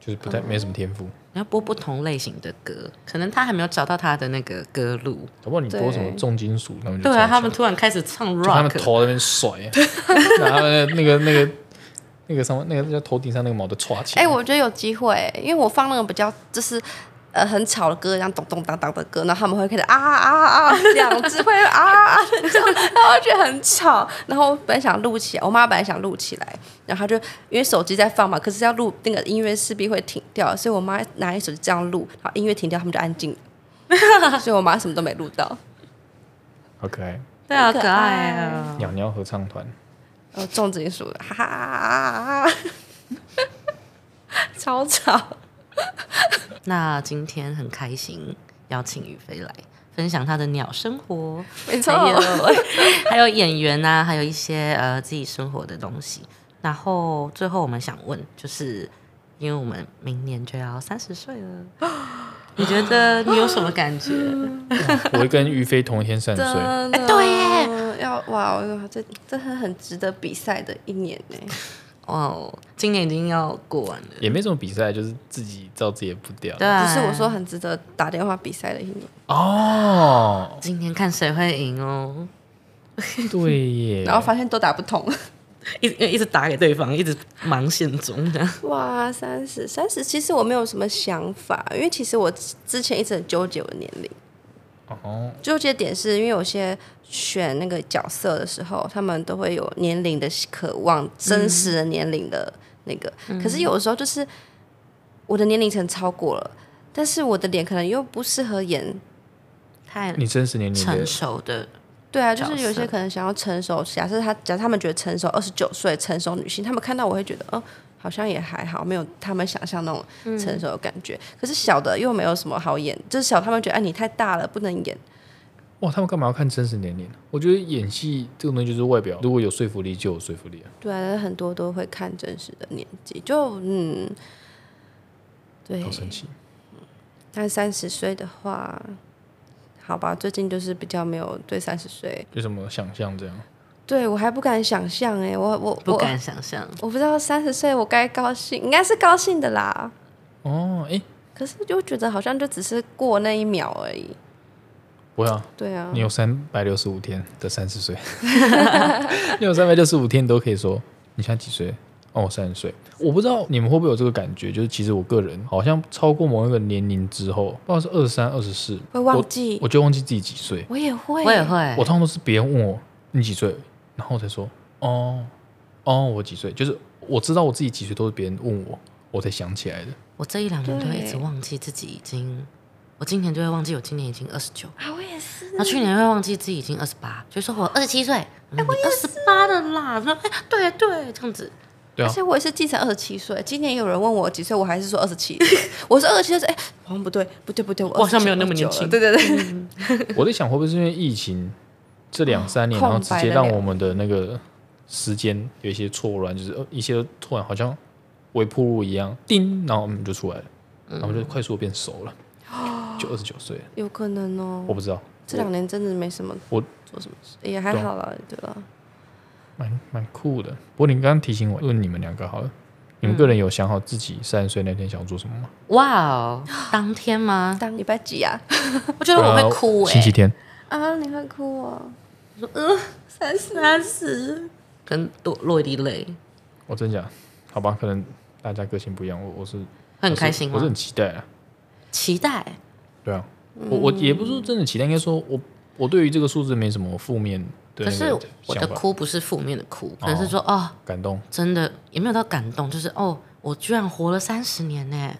[SPEAKER 2] 就是不太、
[SPEAKER 3] 嗯
[SPEAKER 2] 没什么天赋。
[SPEAKER 3] 你要播不同类型的歌，可能他还没有找到他的那个歌路。
[SPEAKER 2] 搞不好你播什么
[SPEAKER 1] 对
[SPEAKER 2] 重金属，他们就
[SPEAKER 3] 对
[SPEAKER 2] 超
[SPEAKER 3] 啊，
[SPEAKER 2] 强
[SPEAKER 3] 他们突然开始唱
[SPEAKER 2] 就他们
[SPEAKER 3] rock，
[SPEAKER 2] 头在那边 甩，然后那个那个那个什么那个叫头顶上那个毛都歘起
[SPEAKER 1] 哎、
[SPEAKER 2] 来。
[SPEAKER 1] 我觉得有机会、欸因为我放那个比较就是呃很吵的歌，然后咚咚当当的歌，然后他们会开始啊啊啊，两只会啊啊 啊的叫，然后就很吵。然后我本来想录起来，我妈本来想录起来，然后她就因为手机在放嘛，可是要录那个音乐势必会停掉，所以我妈拿起手机这样录，然后音乐停掉，他们就安静了。 所以我妈什么都没录到，
[SPEAKER 2] 好可爱，
[SPEAKER 3] 对啊，
[SPEAKER 1] 可
[SPEAKER 3] 可
[SPEAKER 1] 爱
[SPEAKER 3] 爱啊！
[SPEAKER 2] 鸟鸟合唱团，
[SPEAKER 1] 然后重金属的，哈哈啊啊啊， 超吵。
[SPEAKER 3] 那今天很开心邀请宇飞来分享他的鸟生活，
[SPEAKER 1] 没错
[SPEAKER 3] 还有还有演员啊，还有一些呃自己生活的东西。然后最后我们想问，就是因为我们明年就要三十岁 了，你觉得你有什么感觉？
[SPEAKER 2] 我会跟于飞同一天三十岁，
[SPEAKER 1] 真的，
[SPEAKER 3] 对
[SPEAKER 1] 耶，要哇，这这很很值得比赛的一年呢。
[SPEAKER 3] 哦，今年已经要过完了，
[SPEAKER 2] 也没什么比赛，就是自己照自己的步调。
[SPEAKER 3] 对，啊
[SPEAKER 1] 只是我说很值得打电话比赛的一年，
[SPEAKER 2] 哦，
[SPEAKER 3] 今年看谁会赢哦，
[SPEAKER 2] 对啊耶，
[SPEAKER 1] 然后发现都打不通。
[SPEAKER 3] 一直一直打给对方，一直忙线中的。
[SPEAKER 1] 哇，三十三十，其实我没有什么想法，因为其实我之前一直很纠结我的年龄，
[SPEAKER 2] 哦，
[SPEAKER 1] 纠结点是因为有些选那个角色的时候，他们都会有年龄的渴望，
[SPEAKER 3] 嗯
[SPEAKER 1] 真实的年龄的那个。可是有的时候就是我的年龄层超过了，但是我的脸可能又不适合演
[SPEAKER 3] 太
[SPEAKER 2] 你真实年龄的
[SPEAKER 3] 成熟的，
[SPEAKER 1] 对啊，就
[SPEAKER 3] 角
[SPEAKER 1] 是有些
[SPEAKER 3] 色
[SPEAKER 1] 可能想要成熟，假设他假设他们觉得成熟，二十九岁成熟女性，他们看到我会觉得，哦，好像也还好，没有他们想象那种
[SPEAKER 3] 嗯
[SPEAKER 1] 成熟的感觉。可是小的又没有什么好演，就是小他们觉得，哎，你太大了，不能演。
[SPEAKER 2] 哇，他们干嘛要看真实年龄？我觉得演戏这种东西就是外表，如果有说服力就有说服力啊。
[SPEAKER 1] 对啊，很多都会看真实的年纪，就嗯，对
[SPEAKER 2] 好。神奇，
[SPEAKER 1] 但三十岁的话，好吧，最近就是比较没有对三十岁，
[SPEAKER 2] 有什么想象这样？
[SPEAKER 1] 对我还不敢想象哎、我我
[SPEAKER 3] 不
[SPEAKER 1] 我
[SPEAKER 3] 敢想象。
[SPEAKER 1] 我不知道三十岁我该高兴，应该是高兴的啦。
[SPEAKER 2] 哦，哎，
[SPEAKER 1] 可是就觉得好像就只是过那一秒而已。
[SPEAKER 2] 不会啊，
[SPEAKER 1] 对啊
[SPEAKER 2] 你，有三百六十五天的三十 岁，你有三百六十五天，你都可以说你现在几岁？哦，我三十岁。我不知道你们会不会有这个感觉，就是其实我个人好像超过某一个年龄之后，不知道是二十三、二十四，
[SPEAKER 1] 会忘
[SPEAKER 2] 我
[SPEAKER 1] 记
[SPEAKER 2] 我就忘记自己几岁。
[SPEAKER 1] 我也会，
[SPEAKER 3] 我也。会，
[SPEAKER 2] 我通常都是别人问我你几岁，然后我才说哦哦我几岁，就是我知道我自己几岁都是别人问我，我才想起来的。
[SPEAKER 3] 我这一两年都会一直
[SPEAKER 1] 对
[SPEAKER 3] 忘记自己已经，我今年就会忘记我今年已经二十九，
[SPEAKER 1] 啊，我也是。
[SPEAKER 3] 然后去年会忘记自己已经二十八，就说我二十七岁，哎、我二十八的啦，说哎对对这样子，
[SPEAKER 2] 对
[SPEAKER 1] 而
[SPEAKER 2] 啊，
[SPEAKER 1] 且我也是继承二十七岁，今年有人问我几岁，我还是说二十七。 我是二十七岁，哎、好像不对，不对，不对，我
[SPEAKER 3] 我好像
[SPEAKER 1] 29
[SPEAKER 3] 没有那么年轻
[SPEAKER 1] 29了对对对，
[SPEAKER 2] 我在想会不会是因为疫情这两三年，
[SPEAKER 1] 空
[SPEAKER 2] 然
[SPEAKER 1] 白
[SPEAKER 2] 后直接让我们的那个时间有一些错乱，就是呃一些突然好像微铺路一样，叮，然后我们就出来了，然后就快速地变熟了，就二十九岁了，
[SPEAKER 1] 有可能
[SPEAKER 2] 我
[SPEAKER 1] 哦。
[SPEAKER 2] 不知道，
[SPEAKER 1] 这两年真的没什么，
[SPEAKER 2] 我
[SPEAKER 1] 做什么事也
[SPEAKER 3] 啊
[SPEAKER 1] 还好了，对了。
[SPEAKER 2] 蛮蛮酷的。不过你刚刚提醒我，问你们两个好了，你们个人有想好自己三十岁那天想要做什么吗？
[SPEAKER 3] 哇哦，当天吗？
[SPEAKER 1] 当礼拜几啊？
[SPEAKER 3] 我觉得我会哭
[SPEAKER 2] 呃
[SPEAKER 3] 哎、
[SPEAKER 2] 星期天，
[SPEAKER 1] 啊，你会哭哦。
[SPEAKER 3] 三三十，跟落落一滴泪，
[SPEAKER 2] 我哦真讲，好吧，可能大家个性不一样，我我是
[SPEAKER 3] 会很开心
[SPEAKER 2] 我
[SPEAKER 3] 吗
[SPEAKER 2] 是？很期待啊。
[SPEAKER 3] 期待，
[SPEAKER 2] 对啊，我
[SPEAKER 3] 嗯
[SPEAKER 2] 我也不是说真的期待，应该说我我对于这个数字没什么负面的
[SPEAKER 3] 可
[SPEAKER 2] 那
[SPEAKER 3] 是
[SPEAKER 2] 个
[SPEAKER 3] 我的
[SPEAKER 2] 想法，
[SPEAKER 3] 哭不是负面的哭，可能是说哦，
[SPEAKER 2] 感动。
[SPEAKER 3] 真的也没有到感动，就是哦，我居然活了三十年呢、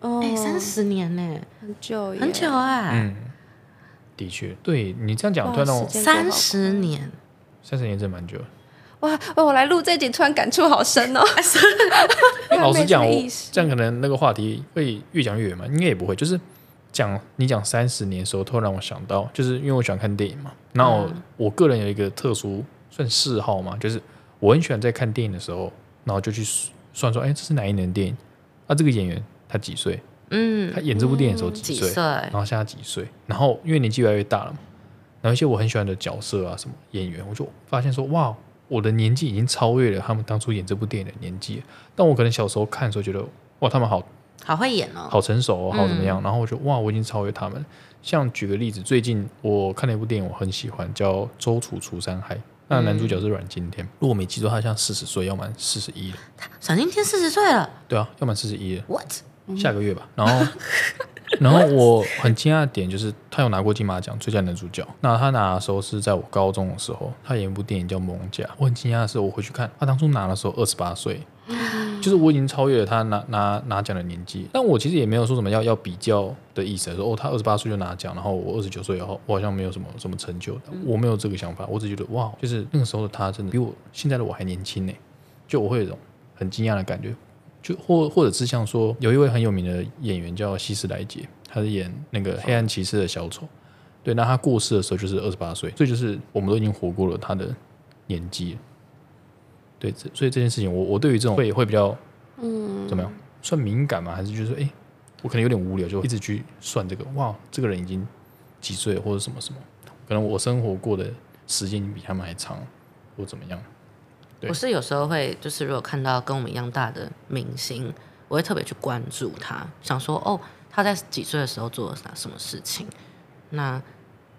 [SPEAKER 1] 哦，
[SPEAKER 3] 哎、三十年呢、
[SPEAKER 1] 很久耶，
[SPEAKER 3] 很久啊、
[SPEAKER 2] 嗯，的确，对你这样讲，
[SPEAKER 1] 哇
[SPEAKER 2] 突然让我
[SPEAKER 1] 时间
[SPEAKER 3] 三十年，
[SPEAKER 2] 三十年真的蛮久的。
[SPEAKER 1] 哇！哇我来录这集，突然感触好 深哦。
[SPEAKER 2] 老实讲，
[SPEAKER 1] 啊没这
[SPEAKER 2] 我
[SPEAKER 1] 个意识
[SPEAKER 2] 这样可能那个话题会越讲越远嘛，应该也不会。就是讲你讲三十年的时候，突然让我想到，就是因为我喜欢看电影嘛，然后
[SPEAKER 1] 嗯
[SPEAKER 2] 我个人有一个特殊算嗜好嘛，就是我很喜欢在看电影的时候，然后就去算说，哎，这是哪一年的电影？啊，这个演员他几岁？
[SPEAKER 3] 嗯
[SPEAKER 2] 他，演这部电影的时候
[SPEAKER 1] 嗯
[SPEAKER 2] 几
[SPEAKER 3] 几
[SPEAKER 2] 岁？
[SPEAKER 3] 岁
[SPEAKER 2] 然？后现在几岁？然后因为年纪越来越大了嘛，然后一些我很喜欢的角色啊，什么演员，我就发现说，哇，我的年纪已经超越了他们当初演这部电影的年纪了。但我可能小时候看的时候觉得，哇，他们好
[SPEAKER 3] 好会演哦。
[SPEAKER 2] 好成熟、哦，好怎么样？然后我就哇，我已经超越他们了。像举个例子，最近我看了一部电影，我很喜欢，叫《周楚除三害》，那男主角是阮经天。如果没记错，他像四十岁，要满四十一了。
[SPEAKER 3] 小今天四十岁了
[SPEAKER 2] 对啊，要满四十一了。
[SPEAKER 3] ，what？
[SPEAKER 2] 下个月吧。然后， 然后我很惊讶的点就是，他有拿过金马奖最佳男主角。那他拿的时候是在我高中的时候，他演一部电影叫《猛甲》。我很惊讶的是，我回去看他当初拿的时候二十八岁，就是我已经超越了他拿拿拿奖的年纪。但我其实也没有说什么要要比较的意思，说哦，他二十八岁就拿奖，然后我二十九岁以后，我好像没有什么什么成就，我没有这个想法。我只觉得哇，就是那个时候的他真的比我现在的我还年轻呢、就我会有一种很惊讶的感觉。就或或者是像说，有一位很有名的演员叫希斯莱杰，他是演那个黑暗骑士的小丑。对，那他过世的时候就是二十八岁，所以就是我们都已经活过了他的年纪了。对，这所以这件事情我，我对于这种会会比较，嗯，怎么样，算敏感吗？还是就是哎、诶我可能有点无聊，就一直去算这个，哇，这个人已经几岁了或者什么什么，可能我生活过的时间已经比他们还长，或怎么样。对
[SPEAKER 3] 我是有时候会，就是如果看到跟我们一样大的明星，我会特别去关注他，想说哦，他在几岁的时候做了啥什么事情。那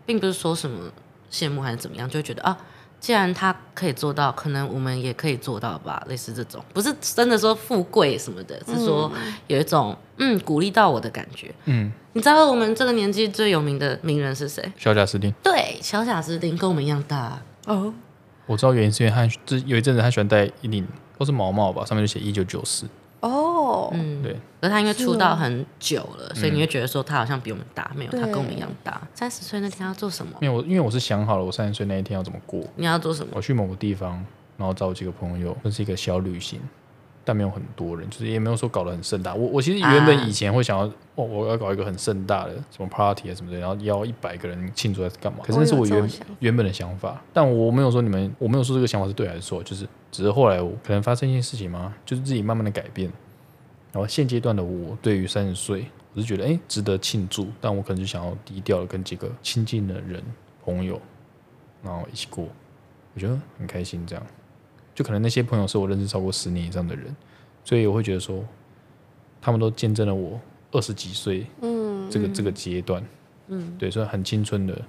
[SPEAKER 3] 并不是说什么羡慕还是怎么样，就会觉得啊，既然他可以做到，可能我们也可以做到吧，类似这种，不是真的说富贵什么的，是说有一种嗯鼓励到我的感觉。
[SPEAKER 2] 嗯，
[SPEAKER 3] 你知道我们这个年纪最有名的名人是谁？
[SPEAKER 2] 小贾斯汀。
[SPEAKER 3] 对，小贾斯汀跟我们一样大、
[SPEAKER 1] 哦，
[SPEAKER 2] 我知道原因是因为他这有一阵子他喜欢戴一领或是毛毛吧，上面就写一九九四。
[SPEAKER 1] 哦，
[SPEAKER 3] 嗯，
[SPEAKER 2] 对。
[SPEAKER 3] 可是他因为
[SPEAKER 1] 是
[SPEAKER 3] 出道
[SPEAKER 1] 哦
[SPEAKER 3] 很久了，所以你会觉得说他好像比我们大，没有，他
[SPEAKER 1] 对
[SPEAKER 3] 跟我们一样大。三十岁那天要做什么？
[SPEAKER 2] 因为我因为我是想好了，我三十岁那一天要怎么过，
[SPEAKER 3] 你要做什么？
[SPEAKER 2] 我去某个地方，然后找几个朋友，这是一个小旅行，但没有很多人，就是也没有说搞得很盛大。我我其实原本
[SPEAKER 3] 啊
[SPEAKER 2] 以前会想要，哦，我要搞一个很盛大的什么 party 啊什么的，然后邀一百个人庆祝还是干嘛？可是那是我
[SPEAKER 1] 我有这
[SPEAKER 2] 原
[SPEAKER 1] 种想法
[SPEAKER 2] 原本的想法，但我没有说你们，我没有说这个想法是对还是错，就是只是后来我可能发生一些事情嘛，就是自己慢慢的改变。然后现阶段的我对于三十岁，我是觉得哎值得庆祝，但我可能就想要低调的跟几个亲近的人朋友，然后一起过，我觉得很开心。这样，就可能那些朋友是我认识超过十年以上的人，所以我会觉得说，他们都见证了我二十几岁
[SPEAKER 1] 嗯，
[SPEAKER 2] 这个、这个阶段，嗯，对，所以很青春的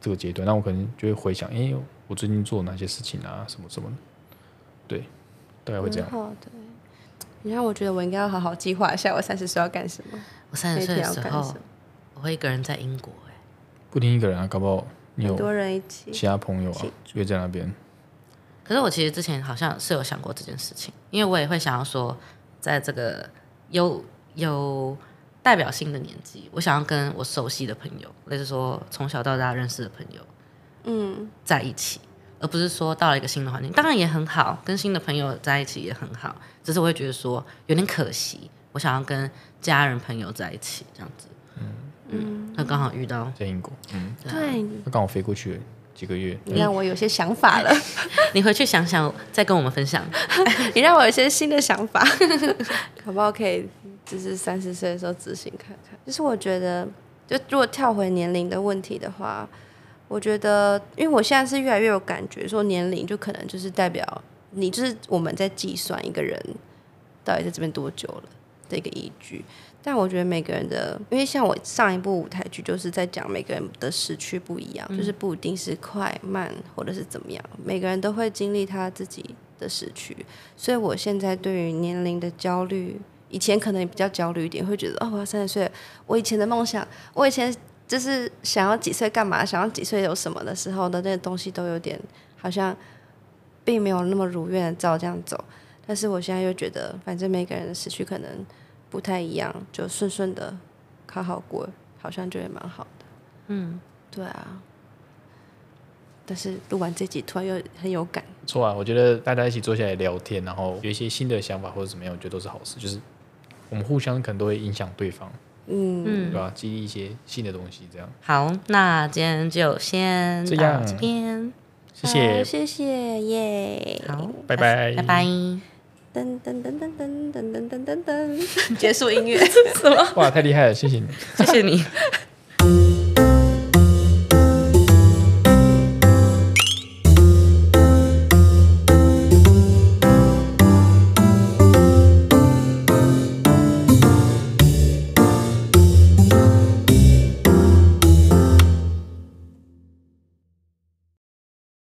[SPEAKER 2] 这个阶段，那我可能就会回想，哎、我最近做哪些事情啊，什么什么的，对，大概会这样
[SPEAKER 1] 蛮。好的。你看，我觉得我应该要好好计划一下，我三十岁要干什么，
[SPEAKER 3] 我三
[SPEAKER 1] 那
[SPEAKER 3] 十
[SPEAKER 1] 一
[SPEAKER 3] 岁
[SPEAKER 1] 天
[SPEAKER 3] 的
[SPEAKER 1] 要
[SPEAKER 3] 时
[SPEAKER 1] 干什
[SPEAKER 3] 候
[SPEAKER 1] 么，，
[SPEAKER 3] 我会一个人在英国、欸。
[SPEAKER 2] 不听一个人啊，搞不好你
[SPEAKER 1] 嗯很多
[SPEAKER 2] 有
[SPEAKER 1] 人一起。
[SPEAKER 2] 其他朋友啊
[SPEAKER 1] 庆
[SPEAKER 2] 约在那边，
[SPEAKER 3] 可是我其实之前好像是有想过这件事情，因为我也会想要说，在这个有有代表性的年纪，我想要跟我熟悉的朋友，类似说从小到大认识的朋友
[SPEAKER 1] 嗯，
[SPEAKER 3] 在一起，而不是说到了一个新的环境，当然也很好，跟新的朋友在一起也很好，只是我会觉得说有点可惜，我想要跟家人朋友在一起这样子。嗯，那刚好遇到
[SPEAKER 2] 在英国，嗯，
[SPEAKER 1] 对，
[SPEAKER 2] 他刚好飞过去了几个月，
[SPEAKER 1] 你让我有些想法了，
[SPEAKER 3] 你回去想想，再跟我们分享。
[SPEAKER 1] 你让我有一些新的想法， 好不好？可以就是三十岁的时候执行看看。就是我觉得，就如果跳回年龄的问题的话，我觉得，因为我现在是越来越有感觉，说年龄就可能就是代表你，就是我们在计算一个人到底在这边多久了的一个依据。但我觉得每个人的，因为像我上一部舞台剧就是在讲每个人的时区不一样，就是不一定是快慢或者是怎么样，每个人都会经历他自己的时区。所以我现在对于年龄的焦虑，以前可能也比较焦虑一点，会觉得哦，我要三十岁了，我以前的梦想，我以前就是想要几岁干嘛，想要几岁有什么的时候的那些东西，都有点好像并没有那么如愿的照这样走。但是我现在又觉得，反正每个人的时区可能不太一样，就顺顺的考好过，好像就也蛮好的。嗯，对啊。但是录完这集，突然又很有感。
[SPEAKER 2] 不错啊，我觉得大家一起坐下来聊天，然后有一些新的想法或者怎么样，我觉得都是好事。就是我们互相可能都会影响对方，
[SPEAKER 1] 嗯，
[SPEAKER 2] 对吧？激励一些新的东西，这样。
[SPEAKER 3] 好，那今天就先
[SPEAKER 2] 这
[SPEAKER 3] 到
[SPEAKER 2] 样
[SPEAKER 3] 这边，
[SPEAKER 2] 谢谢
[SPEAKER 1] 好，谢谢，耶。
[SPEAKER 3] 好，
[SPEAKER 2] 拜拜
[SPEAKER 3] 拜拜。
[SPEAKER 1] 噔噔噔噔 噔噔噔噔噔噔，结束音乐。
[SPEAKER 2] 哇，太厉害了，谢谢你。
[SPEAKER 3] 谢谢你。